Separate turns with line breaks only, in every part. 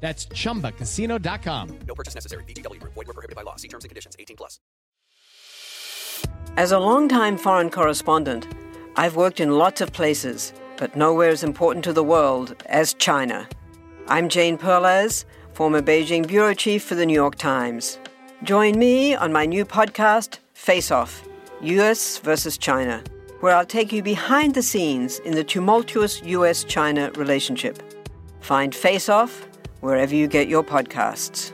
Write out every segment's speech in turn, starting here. That's chumbacasino.com.
No purchase necessary. VGW Group. Void were prohibited by law. See terms and conditions. 18 plus.
As a longtime foreign correspondent, I've worked in lots of places, but nowhere as important to the world as China. I'm Jane Perlez, former Beijing bureau chief for the New York Times. Join me on my new podcast, Face Off US versus China, where I'll take you behind the scenes in the tumultuous US China relationship. Find Face Off wherever you get your podcasts.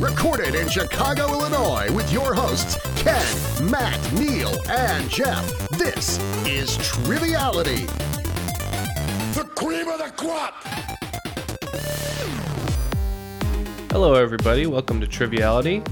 Recorded in Chicago, Illinois, with your hosts, Ken, Matt, Neil, and Jeff. This is Triviality. The cream of the crop!
Hello, everybody. Welcome to Triviality,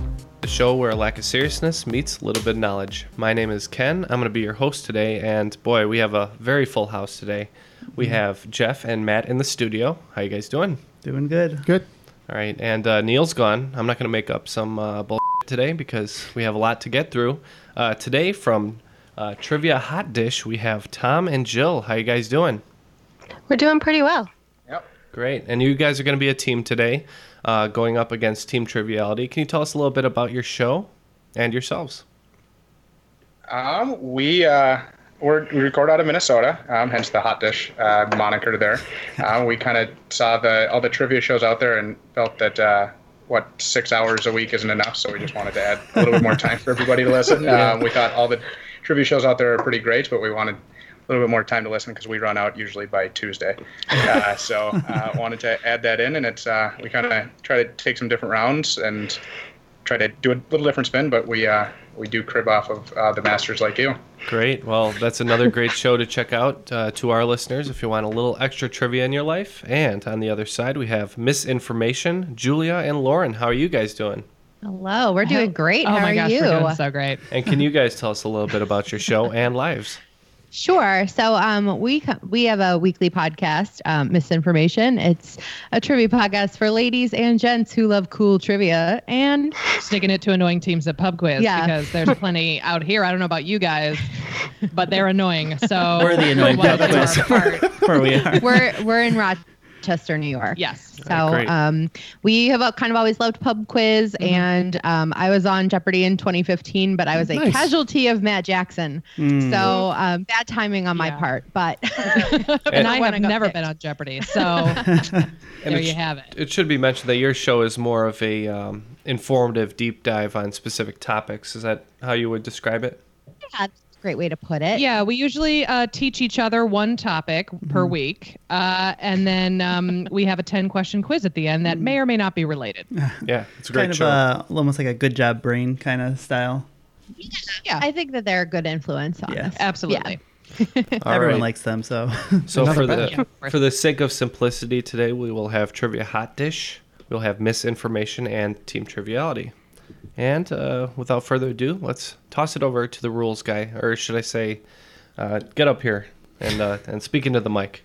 the show where a lack of seriousness meets a little bit of knowledge. My name is Ken. I'm going to be your host today, and boy, we have a very full house today. We have Jeff and Matt in the studio. How you guys doing?
Doing good. Good.
All right, and uh, Neil's gone. I'm not going to make up some uh, bull today because we have a lot to get through. Uh, today, from uh, Trivia Hot Dish, we have Tom and Jill. How you guys doing?
We're doing pretty well.
Great. And you guys are going to be a team today, uh, going up against Team Triviality. Can you tell us a little bit about your show and yourselves?
Um, we uh, we're, we record out of Minnesota, um, hence the hot dish uh, moniker there. Um, we kind of saw the all the trivia shows out there and felt that uh, what six hours a week isn't enough, so we just wanted to add a little bit more time for everybody to listen. Um, we thought all the trivia shows out there are pretty great, but we wanted a little bit more time to listen because we run out usually by Tuesday. Uh, so uh, wanted to add that in, and it's uh, we kind of try to take some different rounds and try to do a little different spin, but we uh, we do crib off of uh, the masters like you.
Great. Well, that's another great show to check out uh, to our listeners if you want a little extra trivia in your life. And on the other side, we have Misinformation, Julia, and Lauren. How are you guys doing?
Hello, we're doing great.
Oh
How are you?
great.
And can you guys tell us a little bit about your show and lives?
Sure. So um, we co- we have a weekly podcast, um, Misinformation. It's a trivia podcast for ladies and gents who love cool trivia. And
sticking it to annoying teams at pub quiz
Yeah.
because there's plenty out here. I don't know about you guys, but they're annoying. So
We're the annoying
Well,
pub
that's
quiz.
our part.
Where we are.
we're we're in Rochester, New York.
Yes.
So
All right, great.
um, we have uh, kind of always loved pub quiz, and um, I was on Jeopardy in 2015, but I was a
Nice.
casualty of Matt Jackson. So um, bad timing on my
Yeah.
part, but
And I
when
have
got
never
picked.
been on Jeopardy. So
And
there
it's-
you have it.
It should be mentioned that your show is more of a um, informative deep dive on specific topics. Is that how you would describe it?
Yeah, that's a great way to put it.
Yeah, we usually uh, teach each other one topic per
Mm-hmm.
week, uh, and then um, we have a ten question quiz at the end
Mm.
that may or may not be related.
Yeah, it's a great
Kind of
show.
uh, almost like a good job brain kind of style.
Yeah,
I think that they're a good influence on
Yeah.
us.
absolutely.
All
Everyone
right.
likes them, so
So for the
bad one.
for the sake of simplicity today, we will have trivia hot dish. We'll have misinformation and team triviality. And uh, without further ado, let's toss it over to the rules guy, or should I say, uh, get up here and uh, and speak into the mic.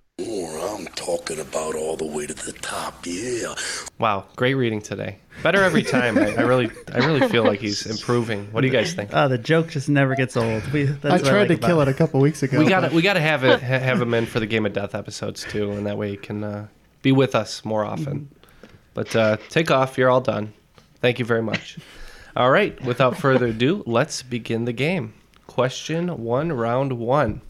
Or I'm talking about all the way to the top, yeah.
Wow, great reading today. Better every time. I, I really I really feel like he's improving. What do you guys think?
oh, the joke just never gets old. We, that's what I tried to kill it.
a couple weeks ago.
We gotta we gotta have it ha- have him in for the game of death episodes too, and that way he can uh, be with us more often. But uh, take off, you're all done. Thank you very much. All right, without further ado, let's begin the game. Question one, round one.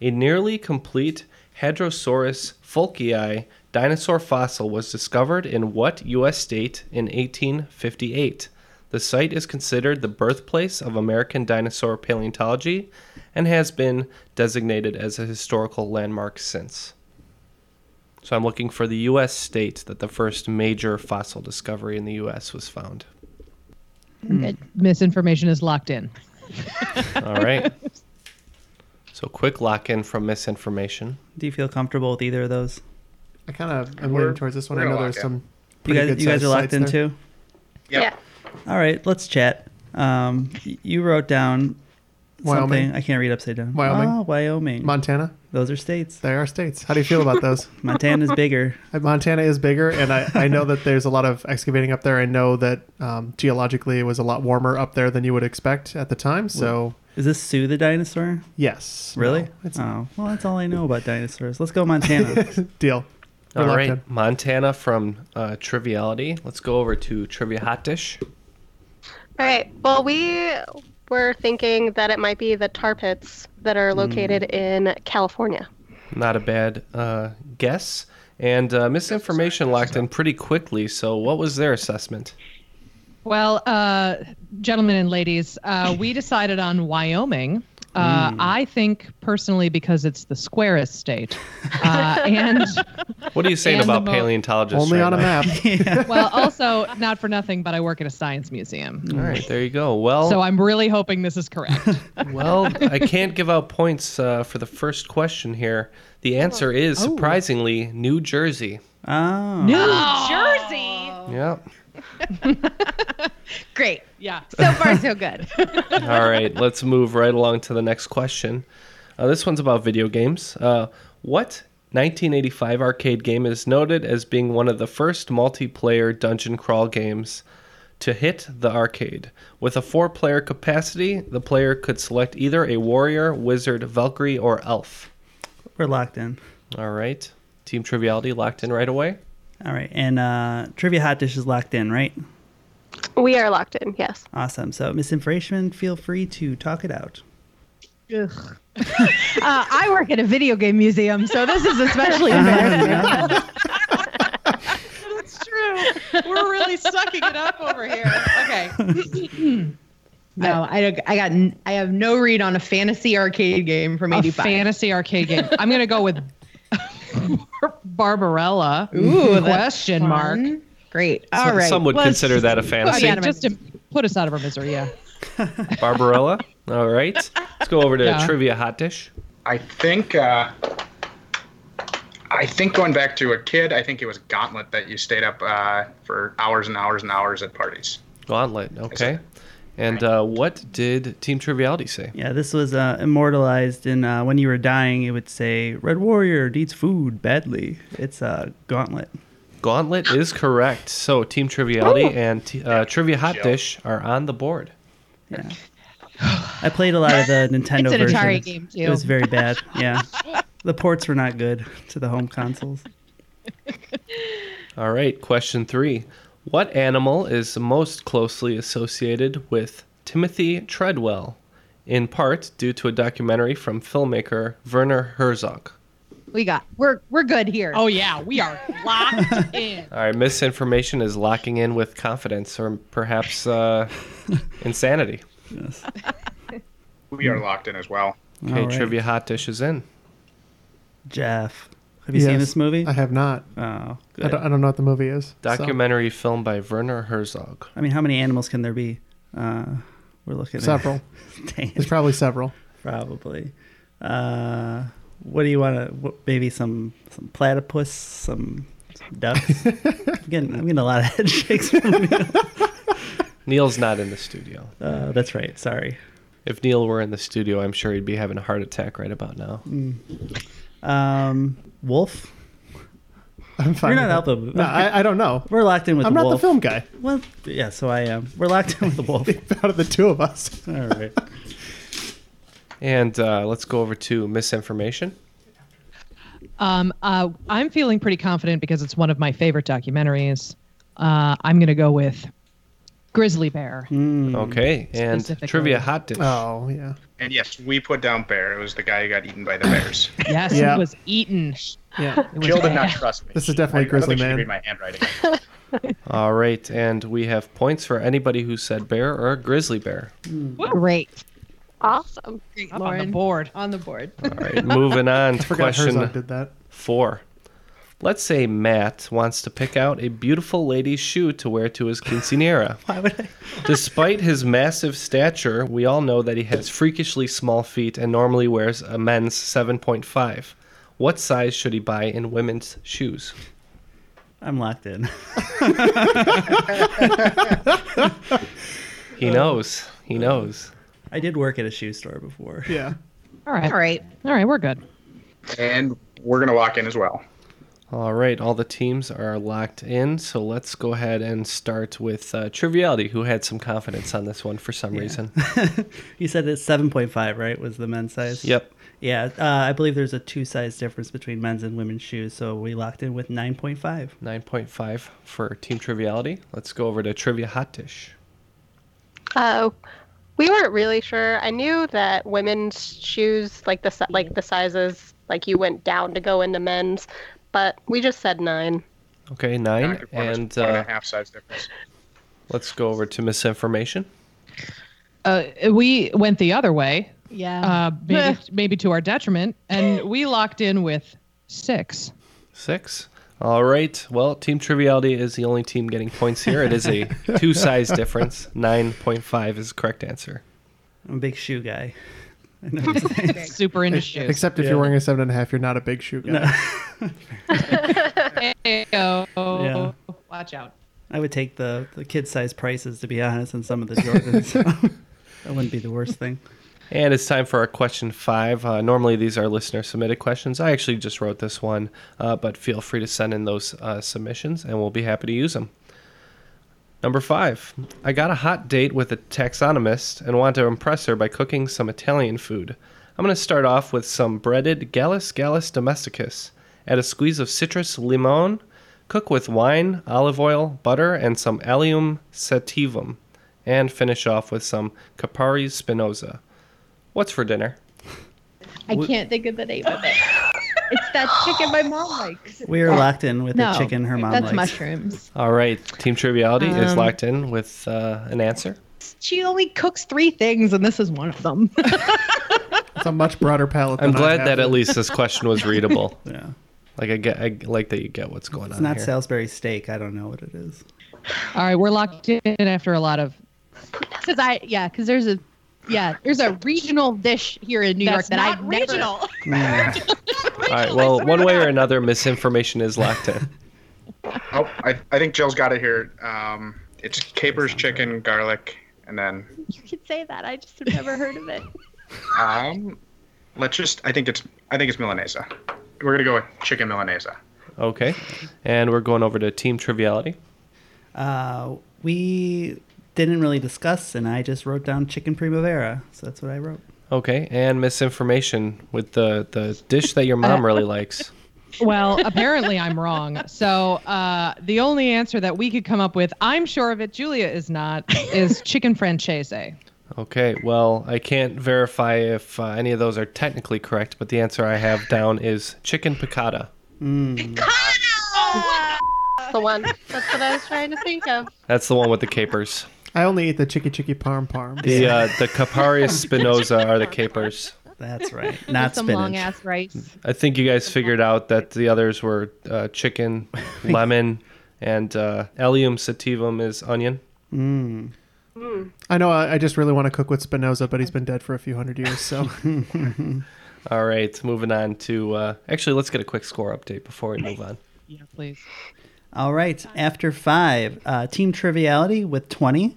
A nearly complete Hadrosaurus folkii dinosaur fossil was discovered in what U.S. state in 1858? The site is considered the birthplace of American dinosaur paleontology and has been designated as a historical landmark since. So I'm looking for the U.S. state that the first major fossil discovery in the U.S. was found.
That misinformation is locked in.
All right. So quick lock in from misinformation.
Do you feel comfortable with either of those?
I kind of am
We're-
leaning towards this one.
we're
I know
gonna
there's
lock in.
some.
You guys,
pretty
you guys
good-sized
are locked in
sites there.
too. All right, let's chat. Um, y- you wrote down
Wyoming.
something I can't read upside down.
Wyoming.
Ah, Wyoming.
Montana.
Those are states.
They are states. How do you feel about those? Uh,
Montana's bigger.
Montana is bigger, and I, I know that there's a lot of excavating up there. I know that um, geologically it was a lot warmer up there than you would expect at the time. So
is this Sue the dinosaur?
Yes.
Really?
No, it's-
oh, well, that's all I know about dinosaurs. Let's go Montana.
Deal.
All right, Montana from uh, Triviality. Let's go over to Trivia Hot Dish.
All right. Well, we were thinking that it might be the tar pits that are located in California.
Not a bad uh, guess. And uh, misinformation locked in pretty quickly. So, what was their assessment?
Well, uh, gentlemen and ladies, uh, we decided on Wyoming. Uh, I think personally because it's the squarest state, uh, and
What are you saying
And the
about
mo-
paleontologists? right now?
well, also not for nothing, but I work at a science museum,
All right, there you go. Well,
so I'm really hoping this is correct.
well, I can't give out points uh, for the first question here. The answer is
Oh.
surprisingly New Jersey.
Oh.
New
Jersey.
Yep.
Great. Yeah. So far, so good.
All right, let's move right along to the next question. Uh, this one's about video games. Uh, what 1985 arcade game is noted as being one of the first multiplayer dungeon crawl games to hit the arcade? With a four player capacity, the player could select either a warrior, wizard, Valkyrie, or elf.
We're locked in.
All right, Team Triviality locked in right away.
All right, and uh, Trivia Hot Dish is locked in, right?
We are locked in. Yes.
Awesome. So, misinformation, feel free to talk it out.
Ugh.
Uh, I work at a video game museum, so this is especially embarrassing. That's true. We're really sucking it up over here. Okay.
No, I, don't- I got n- I have no read on a fantasy arcade game from
A
'85.
fantasy arcade game. I'm gonna go with Barbarella.
Ooh, that's
question mark.
fun. Great.
All
All
Some-
right.
right. some would consider that a fantasy.
Yeah, just to put us out of our misery. Yeah.
Barbarella. All right, let's go over to
Yeah.
Trivia Hot Dish.
I think uh, I think going back to a kid, I think it was Gauntlet that you stayed up uh, for hours and hours and hours at parties.
Gauntlet. Okay. And uh, what did Team Triviality say?
Yeah, this was uh, immortalized in uh, when you were dying, it would say, Red Warrior needs food badly. It's a uh, gauntlet.
Gauntlet is correct. So Team Triviality
Oh.
and t- uh, Trivia Hot Dish are on the board.
Yeah. I played a lot of the Nintendo
It's an
version.
Atari game, too.
It was very bad. Yeah. the ports were not good to the home consoles.
All right. Question three: What animal is most closely associated with Timothy Treadwell? In part due to a documentary from filmmaker Werner Herzog.
We got we're we're good here.
Oh yeah, we are locked in.
All right, misinformation is locking in with confidence or perhaps uh, insanity. Yes.
We are locked in as well.
Okay,
All right.
trivia hot dish is in.
Jeff, have you seen
Yes,
this movie?
I have not.
Oh,
I
good.
don't, I don't know what the movie is. so-
Documentary film by Werner Herzog.
I mean, how many animals can there be? Uh, we're looking at
Several.
Dang.
There's probably several.
Probably. Uh, what do you want to? Maybe some some platypus, some, some ducks. I'm getting I'm getting a lot of head shakes. From Neil.
Neil's not in the studio.
Uh, that's right. Sorry.
If Neil were in the studio, I'm sure he'd be having a heart attack right about now.
Mm. Um, wolf.
I'm fine.
You're
with
not
it.
helping.
No, I, I don't know.
We're locked in with.
I'm
the
not the
wolf.
film guy.
Well, yeah, so I uh, am. We're locked in with the wolf.
Out of the two of us.
All right.
And uh, let's go over to misinformation.
Um, uh, I'm feeling pretty confident because it's one of my favorite documentaries. Uh, I'm gonna go with grizzly bear.
Mm.
Mm. Okay, and
Specifically.
trivia hot dish.
Mm. Oh yeah.
And yes, we put down Bear. It was the guy who got eaten by the bears.
Yes,
Yeah.
it was eaten.
Yeah.
It was
Jill did not
bad.
trust me.
This is definitely
I- I don't
Grizzly
think she
Man.
Read my handwriting.
All right, and we have points for anybody who said bear or grizzly bear.
Hmm.
Great.
Awesome.
Up on the board. On the board.
All right, moving on to
forgot
question
Herzog did that.
four. Let's say Matt wants to pick out a beautiful lady's shoe to wear to his quinceanera.
Why would I?
Despite his massive stature, we all know that he has freakishly small feet and normally wears a men's 7.5. What size should he buy in women's shoes?
I'm locked in.
He knows. He knows.
uh, I did work at a shoe store before.
Yeah.
All right.
All right.
All right. We're good.
and we're gonna lock in as well.
All right, all the teams are locked in, so let's go ahead and start with uh, Triviality, who had some confidence on this one for some reason.
You said it's 7.5, right? Was the men's size?
Yep.
Yeah, uh, I believe there's a two size difference between men's and women's shoes, so we locked in with 9.5.
9.5 for Team Triviality. Let's go over to Trivia Hot Dish.
Oh, we weren't really sure. I knew that women's shoes, like the si- like the sizes, like you went down to go into men's, but we just said nine.
Okay, 9.
One is
And
one and
uh,
a half size difference.
let's go over to Misinformation.
Uh, we went the other way,
Yeah.
uh, maybe, maybe to our detriment, and we locked in with six.
Six. All right. Well, Team Triviality is the only team getting points here. It is a two size difference. 9.5 is the correct answer.
I'm a big shoe guy. I know these things.
Super into shoes.
Except if
Yeah.
you're wearing a seven and a half, you're not a big shoe guy.
No.
Ayo.
Yeah.
Watch out.
I would take the, the kid size prices, to be honest, on some of the Jordans. that wouldn't be the worst thing.
And it's time for our question five. Uh, normally, these are listener submitted questions. I actually just wrote this one, uh, but feel free to send in those uh, submissions and we'll be happy to use them. Number five, I got a hot date with a taxonomist and want to impress her by cooking some Italian food. I'm going to start off with some breaded Gallus Gallus domesticus. Add a squeeze of citrus limon. Cook with wine, olive oil, butter, and some Allium sativum. And finish off with some Capari spinosa. What's for dinner?
I can't think of the name of it. It's that chicken my mom likes.
We are locked in with
no,
the chicken her mom
that's
likes.
mushrooms.
All right, Team Triviality is
Um,
locked in with uh, an answer.
She only cooks three things, and this is one of them.
It's a much broader palette.
I'm
than I
glad
have.
that at least this question was readable.
Yeah.
Like I get, I like that you get what's going
It's
on
not
here.
Salisbury steak. I don't know what it is.
All right. We're locked in after a lot of.
Because I, yeah, because there's a, yeah, there's a regional dish here in New
That's
York that
not
I
regional.
never.
Mm.
All right, well, one way or another, misinformation is locked in.
Oh, I, I think Jill's got it here. Um, it's capers, chicken, garlic, and then
You could say that. I just have never heard of it.
um, let's just. I think it's. I think it's Milanesa. We're gonna go with chicken Milanesa.
Okay, and we're going over to Team Triviality.
uh, we didn't really discuss, and I just wrote down chicken primavera. So that's what I wrote.
Okay, and misinformation with the the dish that your mom really likes.
Well, apparently I'm wrong. So uh, the only answer that we could come up with, I'm sure of it, Julia is not, is chicken francese.
Okay, well, I can't verify if uh, any of those are technically correct, but the answer I have down is chicken piccata.
Mm.
That's the one. That's what I was trying to think of.
That's the one with the capers.
I only eat the chicky chicky parm parm.
The uh, the Caparius spinosa are the capers.
That's right. Not
Some
spinach.
long ass rice.
I think you guys figured out that the others were uh, chicken, lemon, and uh, Allium sativum is onion.
Mm.
I know. I, I just really want to cook with Spinoza, but he's been dead for a few hundred years. So
All right, moving on to uh, actually, let's get a quick score update before we move on.
Yeah, please.
All right. After five, uh, Team Triviality with 20,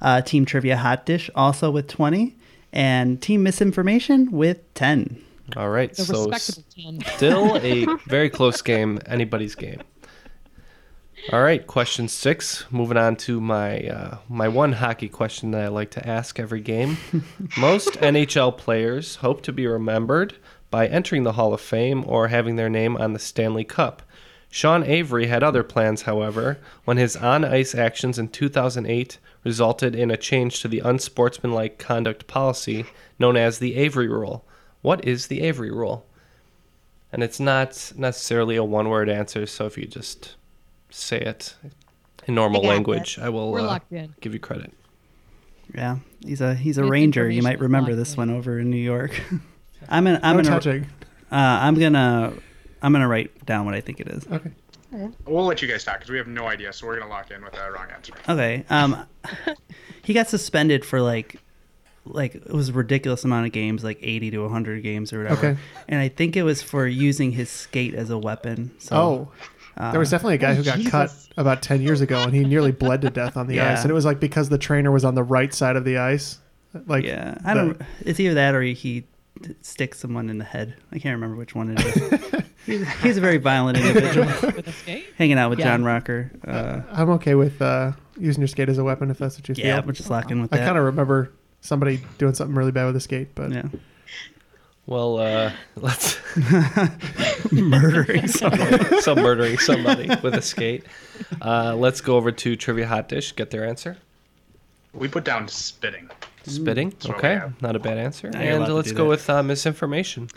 uh, Team Trivia Hot Dish also with 20, and Team Misinformation with 10.
All right,
The
so
respectable ten.
still a very close game, anybody's game. All right, question six. Moving on to my uh, my one hockey question that I like to ask every game. Most NHL players hope to be remembered by entering the Hall of Fame or having their name on the Stanley Cup. Sean Avery had other plans, however, when his on ice actions in 2008 resulted in a change to the unsportsmanlike conduct policy known as the Avery Rule. What is the Avery Rule? And it's not necessarily a one word answer, so if you just say it in normal
I got
language, I will
We're
uh,
locked in.
give you credit.
Yeah, he's a he's a
Good
ranger. You
information
might
is
remember
locked
this one over in New York. I'm an I'm
No
an
touching.
Uh, I'm gonna I'm gonna write down what I think it is.
Okay.
We'll let you guys talk because we have no idea, so we're gonna lock in with a wrong answer.
Okay. Um, he got suspended for like, like it was a ridiculous amount of games, like eighty to hundred games or whatever.
Okay.
And I think it was for using his skate as a weapon. So, uh,
Oh, there was definitely a guy who got cut about 10 years ago and he nearly bled to death on the
Yeah.
ice. And it was like because the trainer was on the right side of the ice. Like,
yeah, I don't. It's either that or he t- sticks someone in the head. I can't remember which one it is. he's, he's a very violent individual.
With a skate?
Hanging out with
Yeah.
John Rocker. Uh,
I'm okay with uh, using your skate as a weapon if that's what you feel.
Yeah, we're just locking with
I
that.
kind of remember somebody doing something really bad with a skate, but
yeah.
Well, uh, let's
murdering
someone.
some murdering somebody with a skate. Uh, let's go over to trivia hot dish. Get their answer.
We put down spitting.
Spitting.
That's what we
Okay,
have.
not a bad answer.
Now you're allowed
And
to
let's
do
go
that.
with uh, misinformation.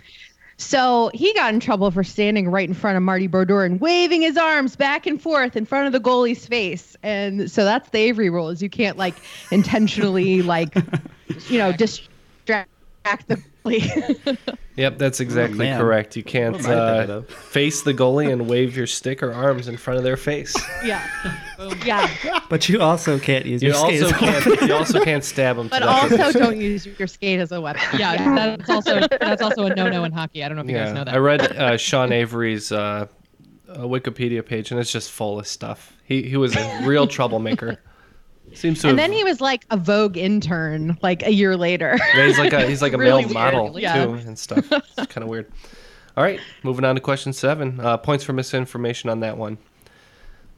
So he got in trouble for standing right in front of Marty Brodeur and waving his arms back and forth in front of the goalie's face. And so that's the Avery rule is you can't like intentionally like you know distract the goalie.
Yep,
Oh,
that's exactly
man.
correct. You
What
can't
am I thinking
uh, face the goalie and wave your stick or arms in front of their face.
yeah. yeah.
But you also can't use
You
your skate.
also
as a
can't.
weapon.
You also can't stab them.
But also don't use your skate as a weapon.
Yeah, that's also that's also a no no in hockey. I don't know if you guys know that.
I read uh, Sean Avery's uh, uh, Wikipedia page, and it's just full of stuff. He he was a real troublemaker. Seems to.
and
have,
then he was like a Vogue intern like a year later.
yeah, he's like a he's like a
Really
male
weird.
model
Yeah.
too and stuff. It's kind of weird. All right, moving on to question seven. Uh, points for misinformation on that one.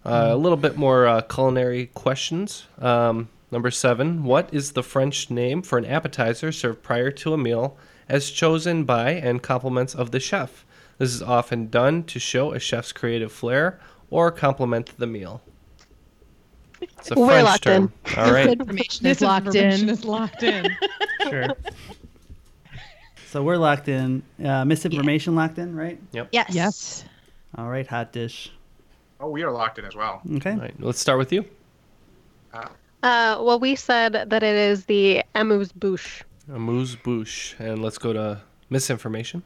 Hmm.
Uh, a little bit more uh, culinary questions. Um, number seven. What is the French name for an appetizer served prior to a meal, as chosen by and compliments of the chef? This is often done to show a chef's creative flair or complement the meal. It's a
We're
French
locked
term.
in.
All right.
Information
This
is locked in.
information is locked in.
Sure. So we're locked in. Uh, misinformation locked in, right?
Yep.
Yes.
Yes.
All right, hot dish.
Oh, we are locked in as well.
Okay.
All right, let's start with you.
Uh, well, we said that it is the amuse bouche.
Amuse bouche, and let's go to misinformation.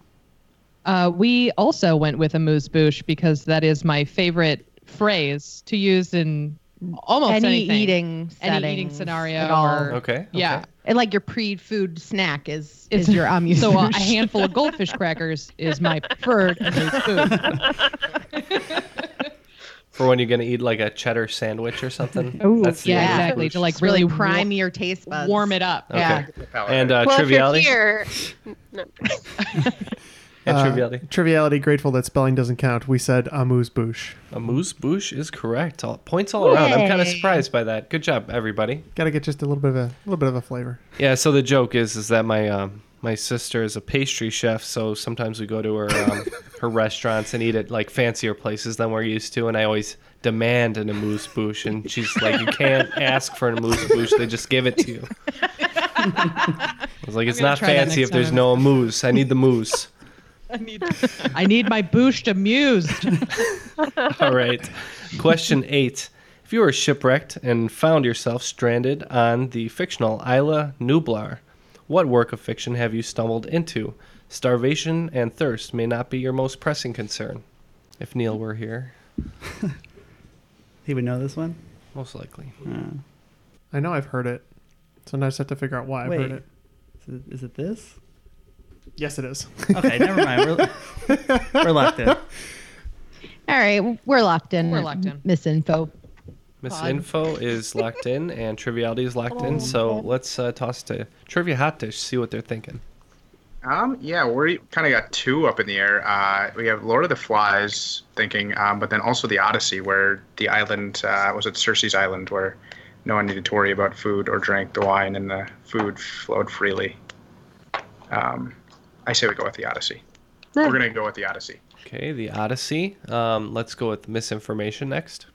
Uh, we also went with a moose bouche because that is my favorite phrase to use in almost
Any
anything.
eating
any eating
settings
scenario
at all.
or-
Okay,
Yeah.
Okay. And like your pre-food snack is is your amuse.
So uh,
bouche.
a handful of goldfish crackers is my preferred amuse bouche.
For when you're gonna eat like a cheddar sandwich or something. the
Ooh, yeah,
amuse
exactly.
bouche.
To like
Just really
really
prime your taste buds.
warm it up.
Okay.
Yeah.
And uh,
well,
triviality.
if you're here, no.
And
Uh,
triviality.
Triviality, grateful that spelling doesn't count. We said amuse bouche.
Amuse bouche is correct. All, points all around. I'm kind of
Yay.
surprised by that. Good job, everybody.
Got to get just a little bit of a little bit of a flavor.
Yeah. So the joke is, is that my um, my sister is a pastry chef, so sometimes we go to her um, her restaurants and eat at like fancier places than we're used to, and I always demand an amuse bouche, and she's like, you can't ask for an amuse bouche; they just give it to you. I was like, it's
gonna
not
try that
fancy
next
if there's
time.
no amuse. I need the moose.
I need I need my bouche amused.
All right. Question eight. If you were shipwrecked and found yourself stranded on the fictional Isla Nublar, what work of fiction have you stumbled into? Starvation and thirst may not be your most pressing concern. If Neil were here,
He would know this one.
most likely.
I know I've heard it, so now I just have to figure out why I've
Wait,
heard it.
is it, is it this?
Yes, it is.
Okay, never mind. We're, we're locked in.
All right, we're locked in.
We're locked in.
Misinfo. Pod.
Misinfo is locked in and Triviality is locked in, so let's uh, toss to Trivia Hot Dish, see what they're thinking.
Um, yeah, we kind of got two up in the air. Uh, we have Lord of the Flies thinking, um, but then also the Odyssey, where the island uh, was it Cersei's island, where no one needed to worry about food or drink. The wine and the food flowed freely. Um, I say we go with the Odyssey. We're gonna go with the Odyssey.
Okay, the Odyssey. Um, let's go with misinformation next.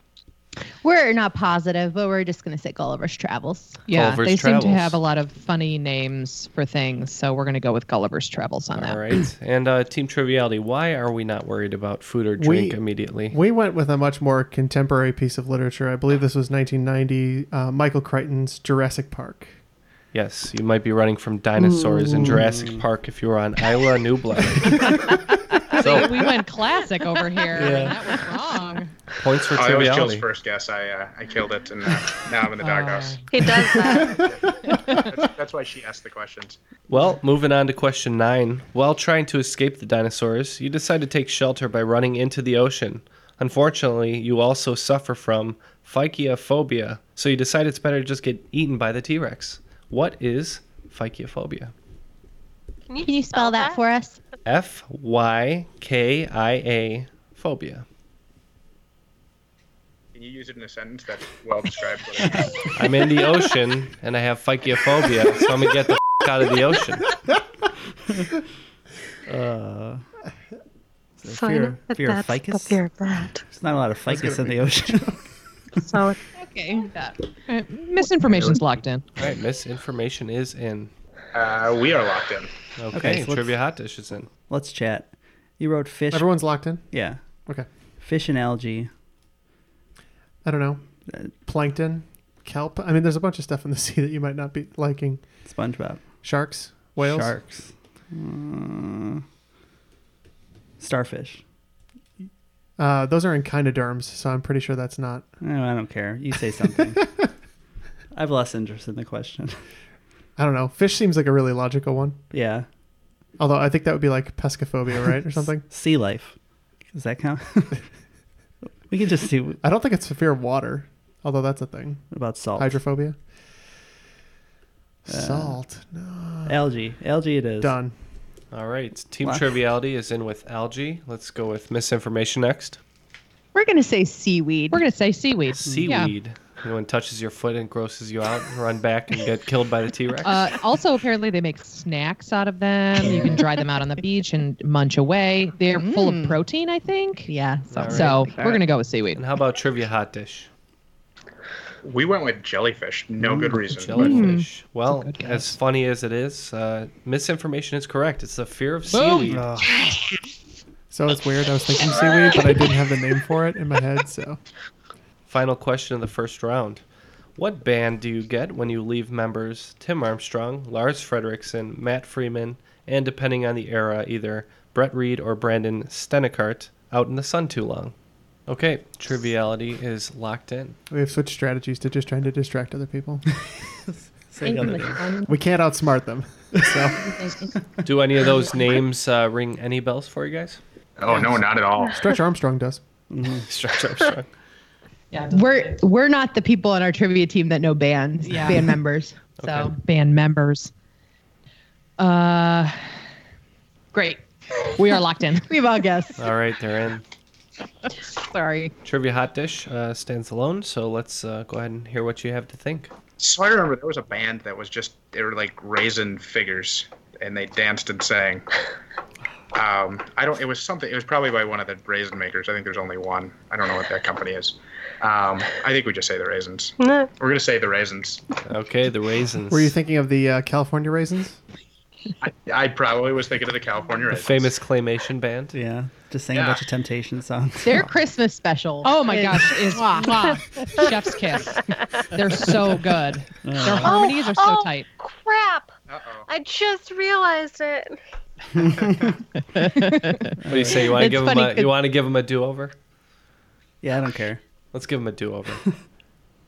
We're not positive, but we're just going to say Gulliver's Travels.
Yeah,
Gulliver's
they seem
Travels.
to have a lot of funny names for things, so we're going to go with Gulliver's Travels on that.
All right. And uh, Team Triviality, why are we not worried about food or drink immediately?
We went with a much more contemporary piece of literature. I believe this was 1990, uh, Michael Crichton's Jurassic Park.
Yes, you might be running from dinosaurs in Jurassic Park if you were on Isla Nublar.
See, we went classic over here.
Yeah.
and That was wrong.
Points for
Oh, I was Jill's
triviality.
first guess. I uh, I killed it, and uh, now I'm in the doghouse.
He does
that's, that's why she asked the questions.
Well, moving on to question nine. While trying to escape the dinosaurs, you decide to take shelter by running into the ocean. Unfortunately, you also suffer from phyciophobia, so you decide it's better to just get eaten by the T Rex. What is phyciophobia?
Can you, spell that for us?
F Y K I A phobia.
Can you use it in a sentence that's well described? what it is?
I'm in the ocean and I have phyciophobia, so I'm gonna get the f- out of the ocean.
Uh, the
So I know
fear,
that
fear of
that's the
ficus?
fear of that.
There's not a lot of ficus
gonna
in the
be-
ocean.
So
Okay. Uh, misinformation's locked in.
All right, misinformation is in.
Uh, we are locked in.
Okay,
Okay, so let's-
trivia hot dish is in.
Let's chat. You wrote fish.
Everyone's locked in?
Yeah.
Okay.
Fish and algae.
I don't know. Plankton, kelp. I mean, there's a bunch of stuff in the sea that you might not be liking.
SpongeBob.
Sharks, whales.
Sharks. Mm, starfish.
Uh, those are in echinoderms, so I'm pretty sure that's not.
Oh, I don't care. You say something. I've lost interest in the question.
I don't know. Fish seems like a really logical one.
Yeah.
Although I think that would be like pescophobia, right, or something.
sea life. Does that count? we can just do
I don't think it's a fear of water, although that's a thing.
about salt.
Hydrophobia.
Uh,
Salt. No.
Algae. Algae it is.
Done.
All right, Team
Wow.
Triviality is in with algae. Let's go with misinformation next.
We're going to say seaweed.
We're going to say seaweed.
Hmm.
Mm,
Seaweed. Anyone touches your foot and grosses you out, run back and get killed by the T Rex.
Uh, also, apparently, they make snacks out of them. You can dry them out on the beach and munch away. They're full
Mm.
of protein, I think. Yeah. So,
All
so
right.
we're gonna go with seaweed.
and how about trivia hot dish?
We went with jellyfish. No good reason.
Mm,
Mm.
Jellyfish. Well, as funny as it is, uh, misinformation is correct. It's the fear of seaweed.
So it's weird. I was thinking seaweed, but I didn't have the name for it in my head. So
Final question of the first round. What band do you get when you leave members Tim Armstrong, Lars Fredriksson, Matt Freeman, and depending on the era, either Brett Reed or Brandon Stenekart out in the sun too long? Okay, triviality is locked in.
we have switched strategies to just trying to distract other people.
Say another thing.
we can't outsmart them. So
Do any of those names uh, ring any bells for you guys?
Oh no, not at all.
Stretch Armstrong does.
Mm-hmm. Stretch Armstrong.
We're we're not the people on our trivia team that know bands,
Yeah.
band members. So
Band members. Uh, great. We are locked in.
we've all guessed.
All right, they're in.
Sorry.
Trivia Hot Dish uh, stands alone, so let's uh, go ahead and hear what you have to think.
So I remember there was a band that was just they were like raisin figures, and they danced and sang. Um, I don't. It was something. It was probably by one of the raisin makers. I think there's only one. I don't know what that company is. Um, I think we just say the raisins.
No.
We're gonna say the raisins.
Okay, the raisins.
Were you thinking of the uh, California raisins?
I probably was thinking of the California
the
raisins.
famous claymation band?
Yeah. Just sing a
Yeah.
bunch of temptation songs.
Their Christmas special.
Oh my
is-
gosh, is
Mwah.
wow. Chef's kiss. They're so good.
Uh.
Their harmonies are so
oh.
tight.
crap!
Uh-oh.
I just realized it.
What do you say? You want to
It's
give him
funny
a
'cause-
you want to give him a do over?
Yeah, I don't care.
Let's give him a do over.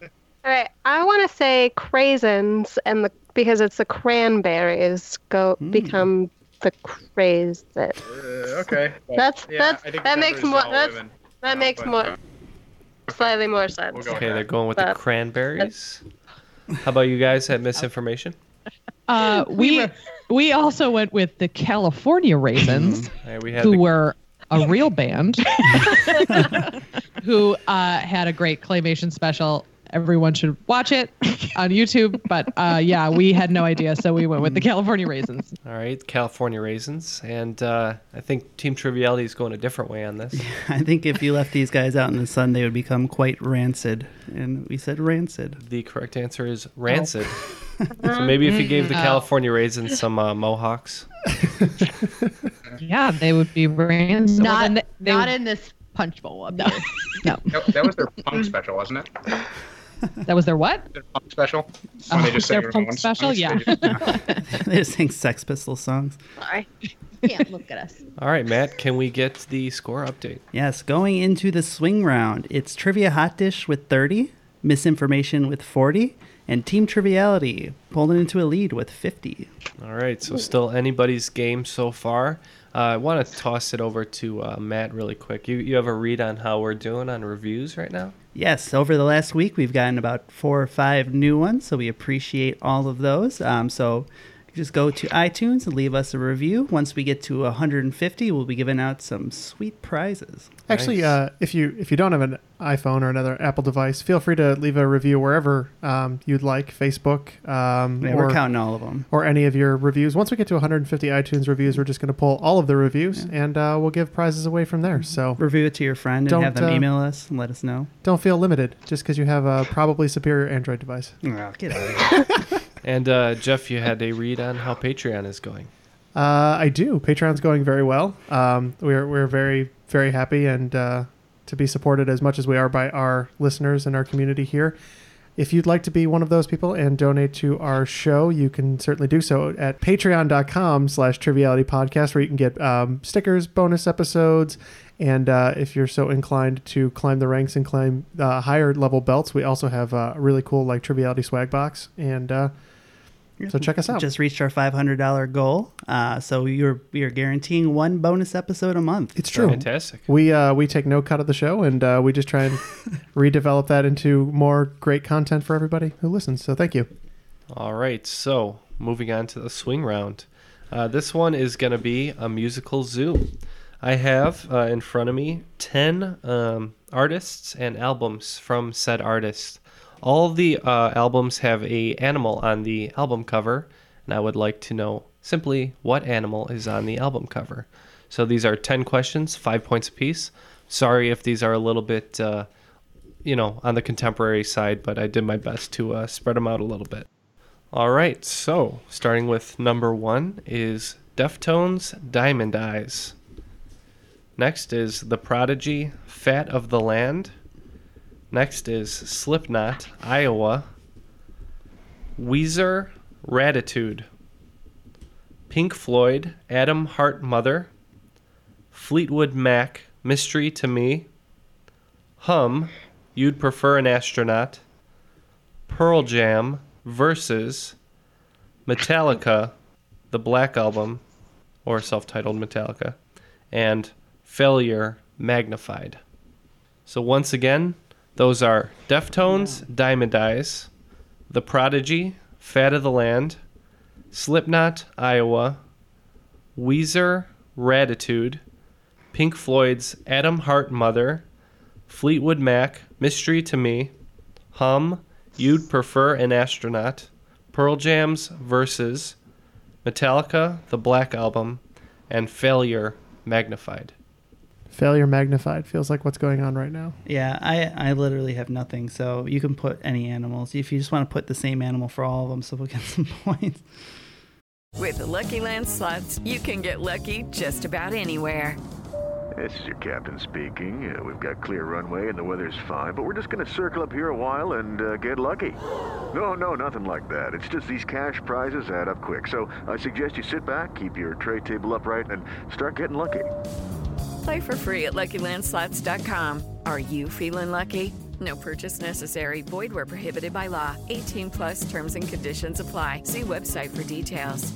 All right, I want to say craisins and the because it's the cranberries go
Hmm.
become the craze that
Uh, okay. But,
That's- that's-
I think
that
the
makes
raisins
more-
all
that's-
women.
that makes
but,
more slightly more sense.
We'll go
Okay, they're
with
going with the
But-
cranberries. How about you guys at misinformation?
Uh, we we also went with the California
Mm-hmm.
Raisins.
All right, we had
who
the,
were a real band who uh, had a great claymation special Everyone should watch it on YouTube. But uh, yeah, we had no idea, so we went with the California raisins.
All right, California raisins, and uh, I think Team Triviality is going a different way on this.
I think if you left these guys out in the sun, they would become quite rancid. And we said rancid.
The correct answer is rancid. so maybe if you gave the
Oh.
California raisins some uh, mohawks,
Yeah, they would be raisins.
Not, not in this punch bowl. No.
no.
Nope, that was their punk special, wasn't it?
That was their what?
Their punk special. When they just
their
sang their
punk
own
special?
songs, they
Yeah.
just-
they just sing Sex Pistols songs.
Sorry. Can't look at us.
all right, Matt, can we get the score update?
Yes, going into the swing round, it's Trivia Hot Dish with 30, Misinformation with 40, and Team Triviality pulling into a lead with 50.
All right, so still anybody's game so far. Uh, I want to toss it over to uh, Matt really quick. You you have a read on how we're doing on reviews right now?
Yes, over the last week, we've gotten about four or five new ones, so we appreciate all of those. Um, so just go to iTunes and leave us a review. Once we get to 150, we'll be giving out some sweet prizes.
Actually, uh, if you if you don't have an iPhone or another Apple device, feel free to leave a review wherever um, you'd like. Facebook. Um,
Yeah, we're counting all of 'em.
Or any of your reviews. Once we get to 150 iTunes reviews, we're just going to pull all of the reviews and uh, we'll give prizes away from there. So
Mm-hmm.
uh,
review it to your friend and have them email us and let us know.
Don't feel limited just because you have a probably superior Android device.
get out
And uh, Jeff, you had a read on how Patreon is going.
Uh, I do. Patreon's going very well. Um, we're we're very very happy and uh, to be supported as much as we are by our listeners and our community here. If you'd like to be one of those people and donate to our show, you can certainly do so at patreon.com slash triviality podcast, where you can get um, stickers, bonus episodes, and uh, if you're so inclined to climb the ranks and climb uh, higher level belts, we also have uh, a really cool like triviality swag box. And uh, so check us out.
Just reached our $500 goal, uh, so you're you're guaranteeing one bonus episode a month.
It's true. We uh, we take no cut of the show, and uh, we just try and redevelop that into more great content for everybody who listens. So thank you.
All right, so moving on to the swing round. Uh, this one is going to be a musical zoo. I have uh, in front of me 10 um, artists and albums from said artists. All the uh, albums have a animal on the album cover, and I would like to know simply what animal is on the album cover. So these are 10 questions, 5 points apiece. Sorry if these are a little bit uh, you know, on the contemporary side, but I did my best to uh, spread them out a little bit. All right, so starting with number one is Deftones Diamond Eyes. Next is The Prodigy Fat of the Land. Next is Slipknot Iowa. Weezer Ratitude. Pink Floyd Adam Hart Mother. Fleetwood Mac Mystery to Me. Hum, You'd Prefer an Astronaut, Pearl Jam versus Metallica, The Black Album, or self titled Metallica, and Failure Magnified. So, once again, those are Deftones, Diamond Eyes, The Prodigy, Fat of the Land, Slipknot, Iowa, Weezer, Ratitude, Pink Floyd's Adam Hart Mother, Fleetwood Mac, Mystery to Me, Hum, You'd Prefer an Astronaut, Pearl Jam's Versus, Metallica, The Black Album, and Failure Magnified.
Failure magnified feels like what's going on right now.
Yeah, I, I literally have nothing. So you can put any animals. If you just want to put the same animal for all of them, so we'll get some points.
With the Lucky Land slots, you can get lucky just about anywhere.
This is your captain speaking. Uh, we've got clear runway and the weather's fine, but we're just going to circle up here a while and uh, get lucky. No, no, nothing like that. It's just these cash prizes add up quick. So I suggest you sit back, keep your tray table upright, and start getting lucky.
Play for free at LuckyLandSlots.com. Are you feeling lucky? No purchase necessary. Void where prohibited by law. 18 plus terms and conditions apply. See website for details.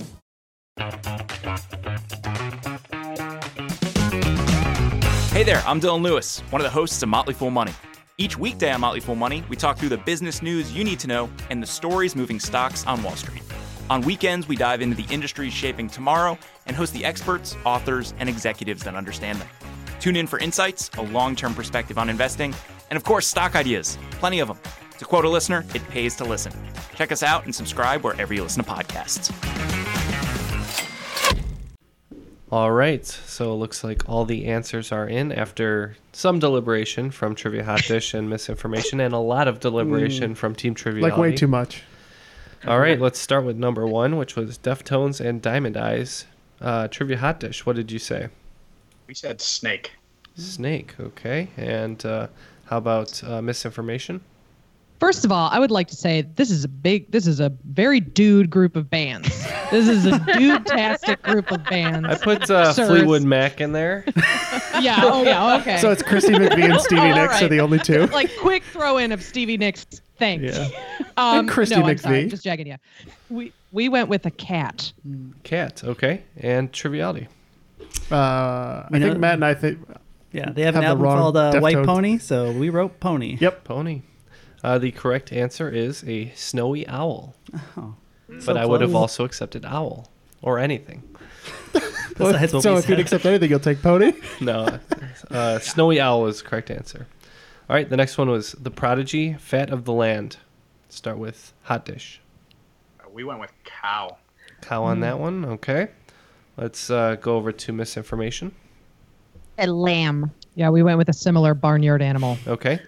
Hey there, I'm Dylan Lewis, one of the hosts of Motley Fool Money. Each weekday on Motley Fool Money, we talk through the business news you need to know and the stories moving stocks on Wall Street. On weekends, we dive into the industries shaping tomorrow and host the experts, authors, and executives that understand them. Tune in for insights, a long term perspective on investing, and of course, stock ideas. Plenty of them. To quote a listener, it pays to listen. Check us out and subscribe wherever you listen to podcasts.
All right. So it looks like all the answers are in after some deliberation from Trivia Hot Dish and misinformation, and a lot of deliberation
Mm.
from Team Trivia.
Like way too much.
All right. Let's start with number one, which was Deftones and Diamond Eyes. Uh, Trivia Hot Dish. What did you say?
We said snake.
Snake. Okay. And uh, how about uh, misinformation?
First of all, I would like to say this is a big, this is a very dude group of bands. This is a dude-tastic group of bands.
I put uh,
sirs.
Fleetwood Mac in there.
Yeah. Oh yeah. Okay.
So it's Christy McVie and Stevie
all
Nicks are the only two.
Like quick throw in of Stevie Nicks. Thanks.
Yeah.
Um,
And Christy
no, I'm sorry,
McVie.
just jagging. Yeah. We we went with a cat.
Cat. Okay. And triviality.
Uh, I
We know-
think Matt and I think.
Yeah, they have an album called uh, White Pony, so we wrote Pony.
Yep.
Pony. Uh, the correct answer is a snowy owl.
Oh,
but
so
I would have
close.
also accepted owl or anything.
Well, so if you'd accept anything, you'll take Pony.
No, uh, snowy owl is the correct answer. All right, the next one was the prodigy, fat of the land. Start with hot dish.
Uh, We went with cow.
Cow on
Hmm.
Mm.
that one. Okay, let's uh, go over to misinformation.
A lamb.
Yeah, we went with a similar barnyard animal.
Okay,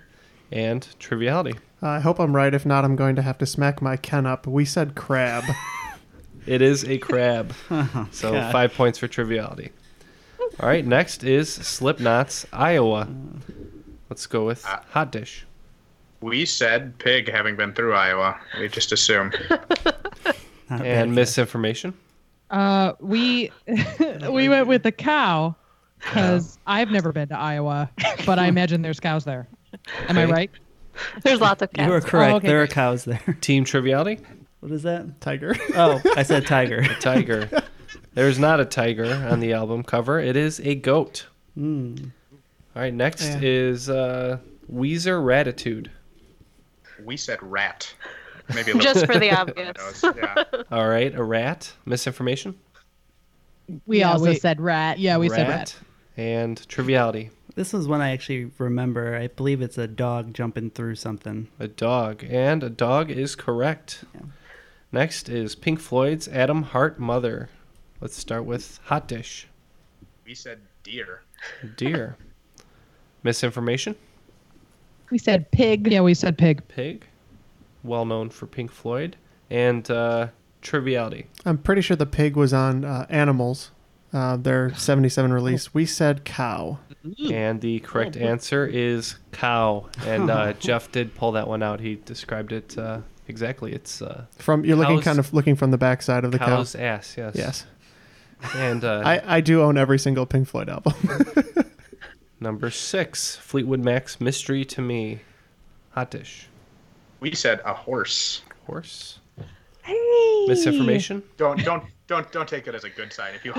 and triviality.
I hope I'm right. If not, I'm going to have to smack my Ken up. We said crab.
It is a crab.
Oh,
so
God.
five points for triviality. All right, next is Slipknot's Iowa. Let's go with
Ah.
hot dish.
We said pig, having been through Iowa. We just assume.
and misinformation.
Uh, we we went with a cow because I've never been to Iowa, but I imagine there's cows there. Am I
Okay.
right?
There's lots of
You were correct.
Oh,
There are cows there.
Team triviality.
What is that?
Tiger.
Oh, I said tiger.
A tiger. There's not a tiger on the album cover. It is a goat.
Mm.
All right, next
Yeah.
is uh, Weezer Ratitude.
We said rat. Maybe
Just for the
obvious. yeah.
All right, a rat. Misinformation.
We
Yeah,
also
we-
said rat. Yeah, we said rat.
And triviality.
This was one I actually remember. I believe it's a dog jumping through something.
A dog. And a dog is correct. Next is Pink Floyd's Adam Hart Mother. Let's start with Hot Dish.
We said deer.
Deer. Misinformation.
We said pig. Yeah, we said pig.
Pig. Well known for Pink Floyd. And uh, triviality.
I'm pretty sure the pig was on uh, Animals, uh, their 77 release. We said cow.
And the correct answer is cow. And uh, Jeff did pull that one out. He described it uh, exactly. It's uh,
From you're looking
cow's-
kind of looking from the backside of the cow.
cow's ass. Yes.
Yes.
And uh,
I, I do own every single Pink Floyd album.
number six, Fleetwood Mac's "Mystery to Me," hot dish.
We said a horse.
Horse. Misinformation.
Don't don't don't don't take it as a good sign. If you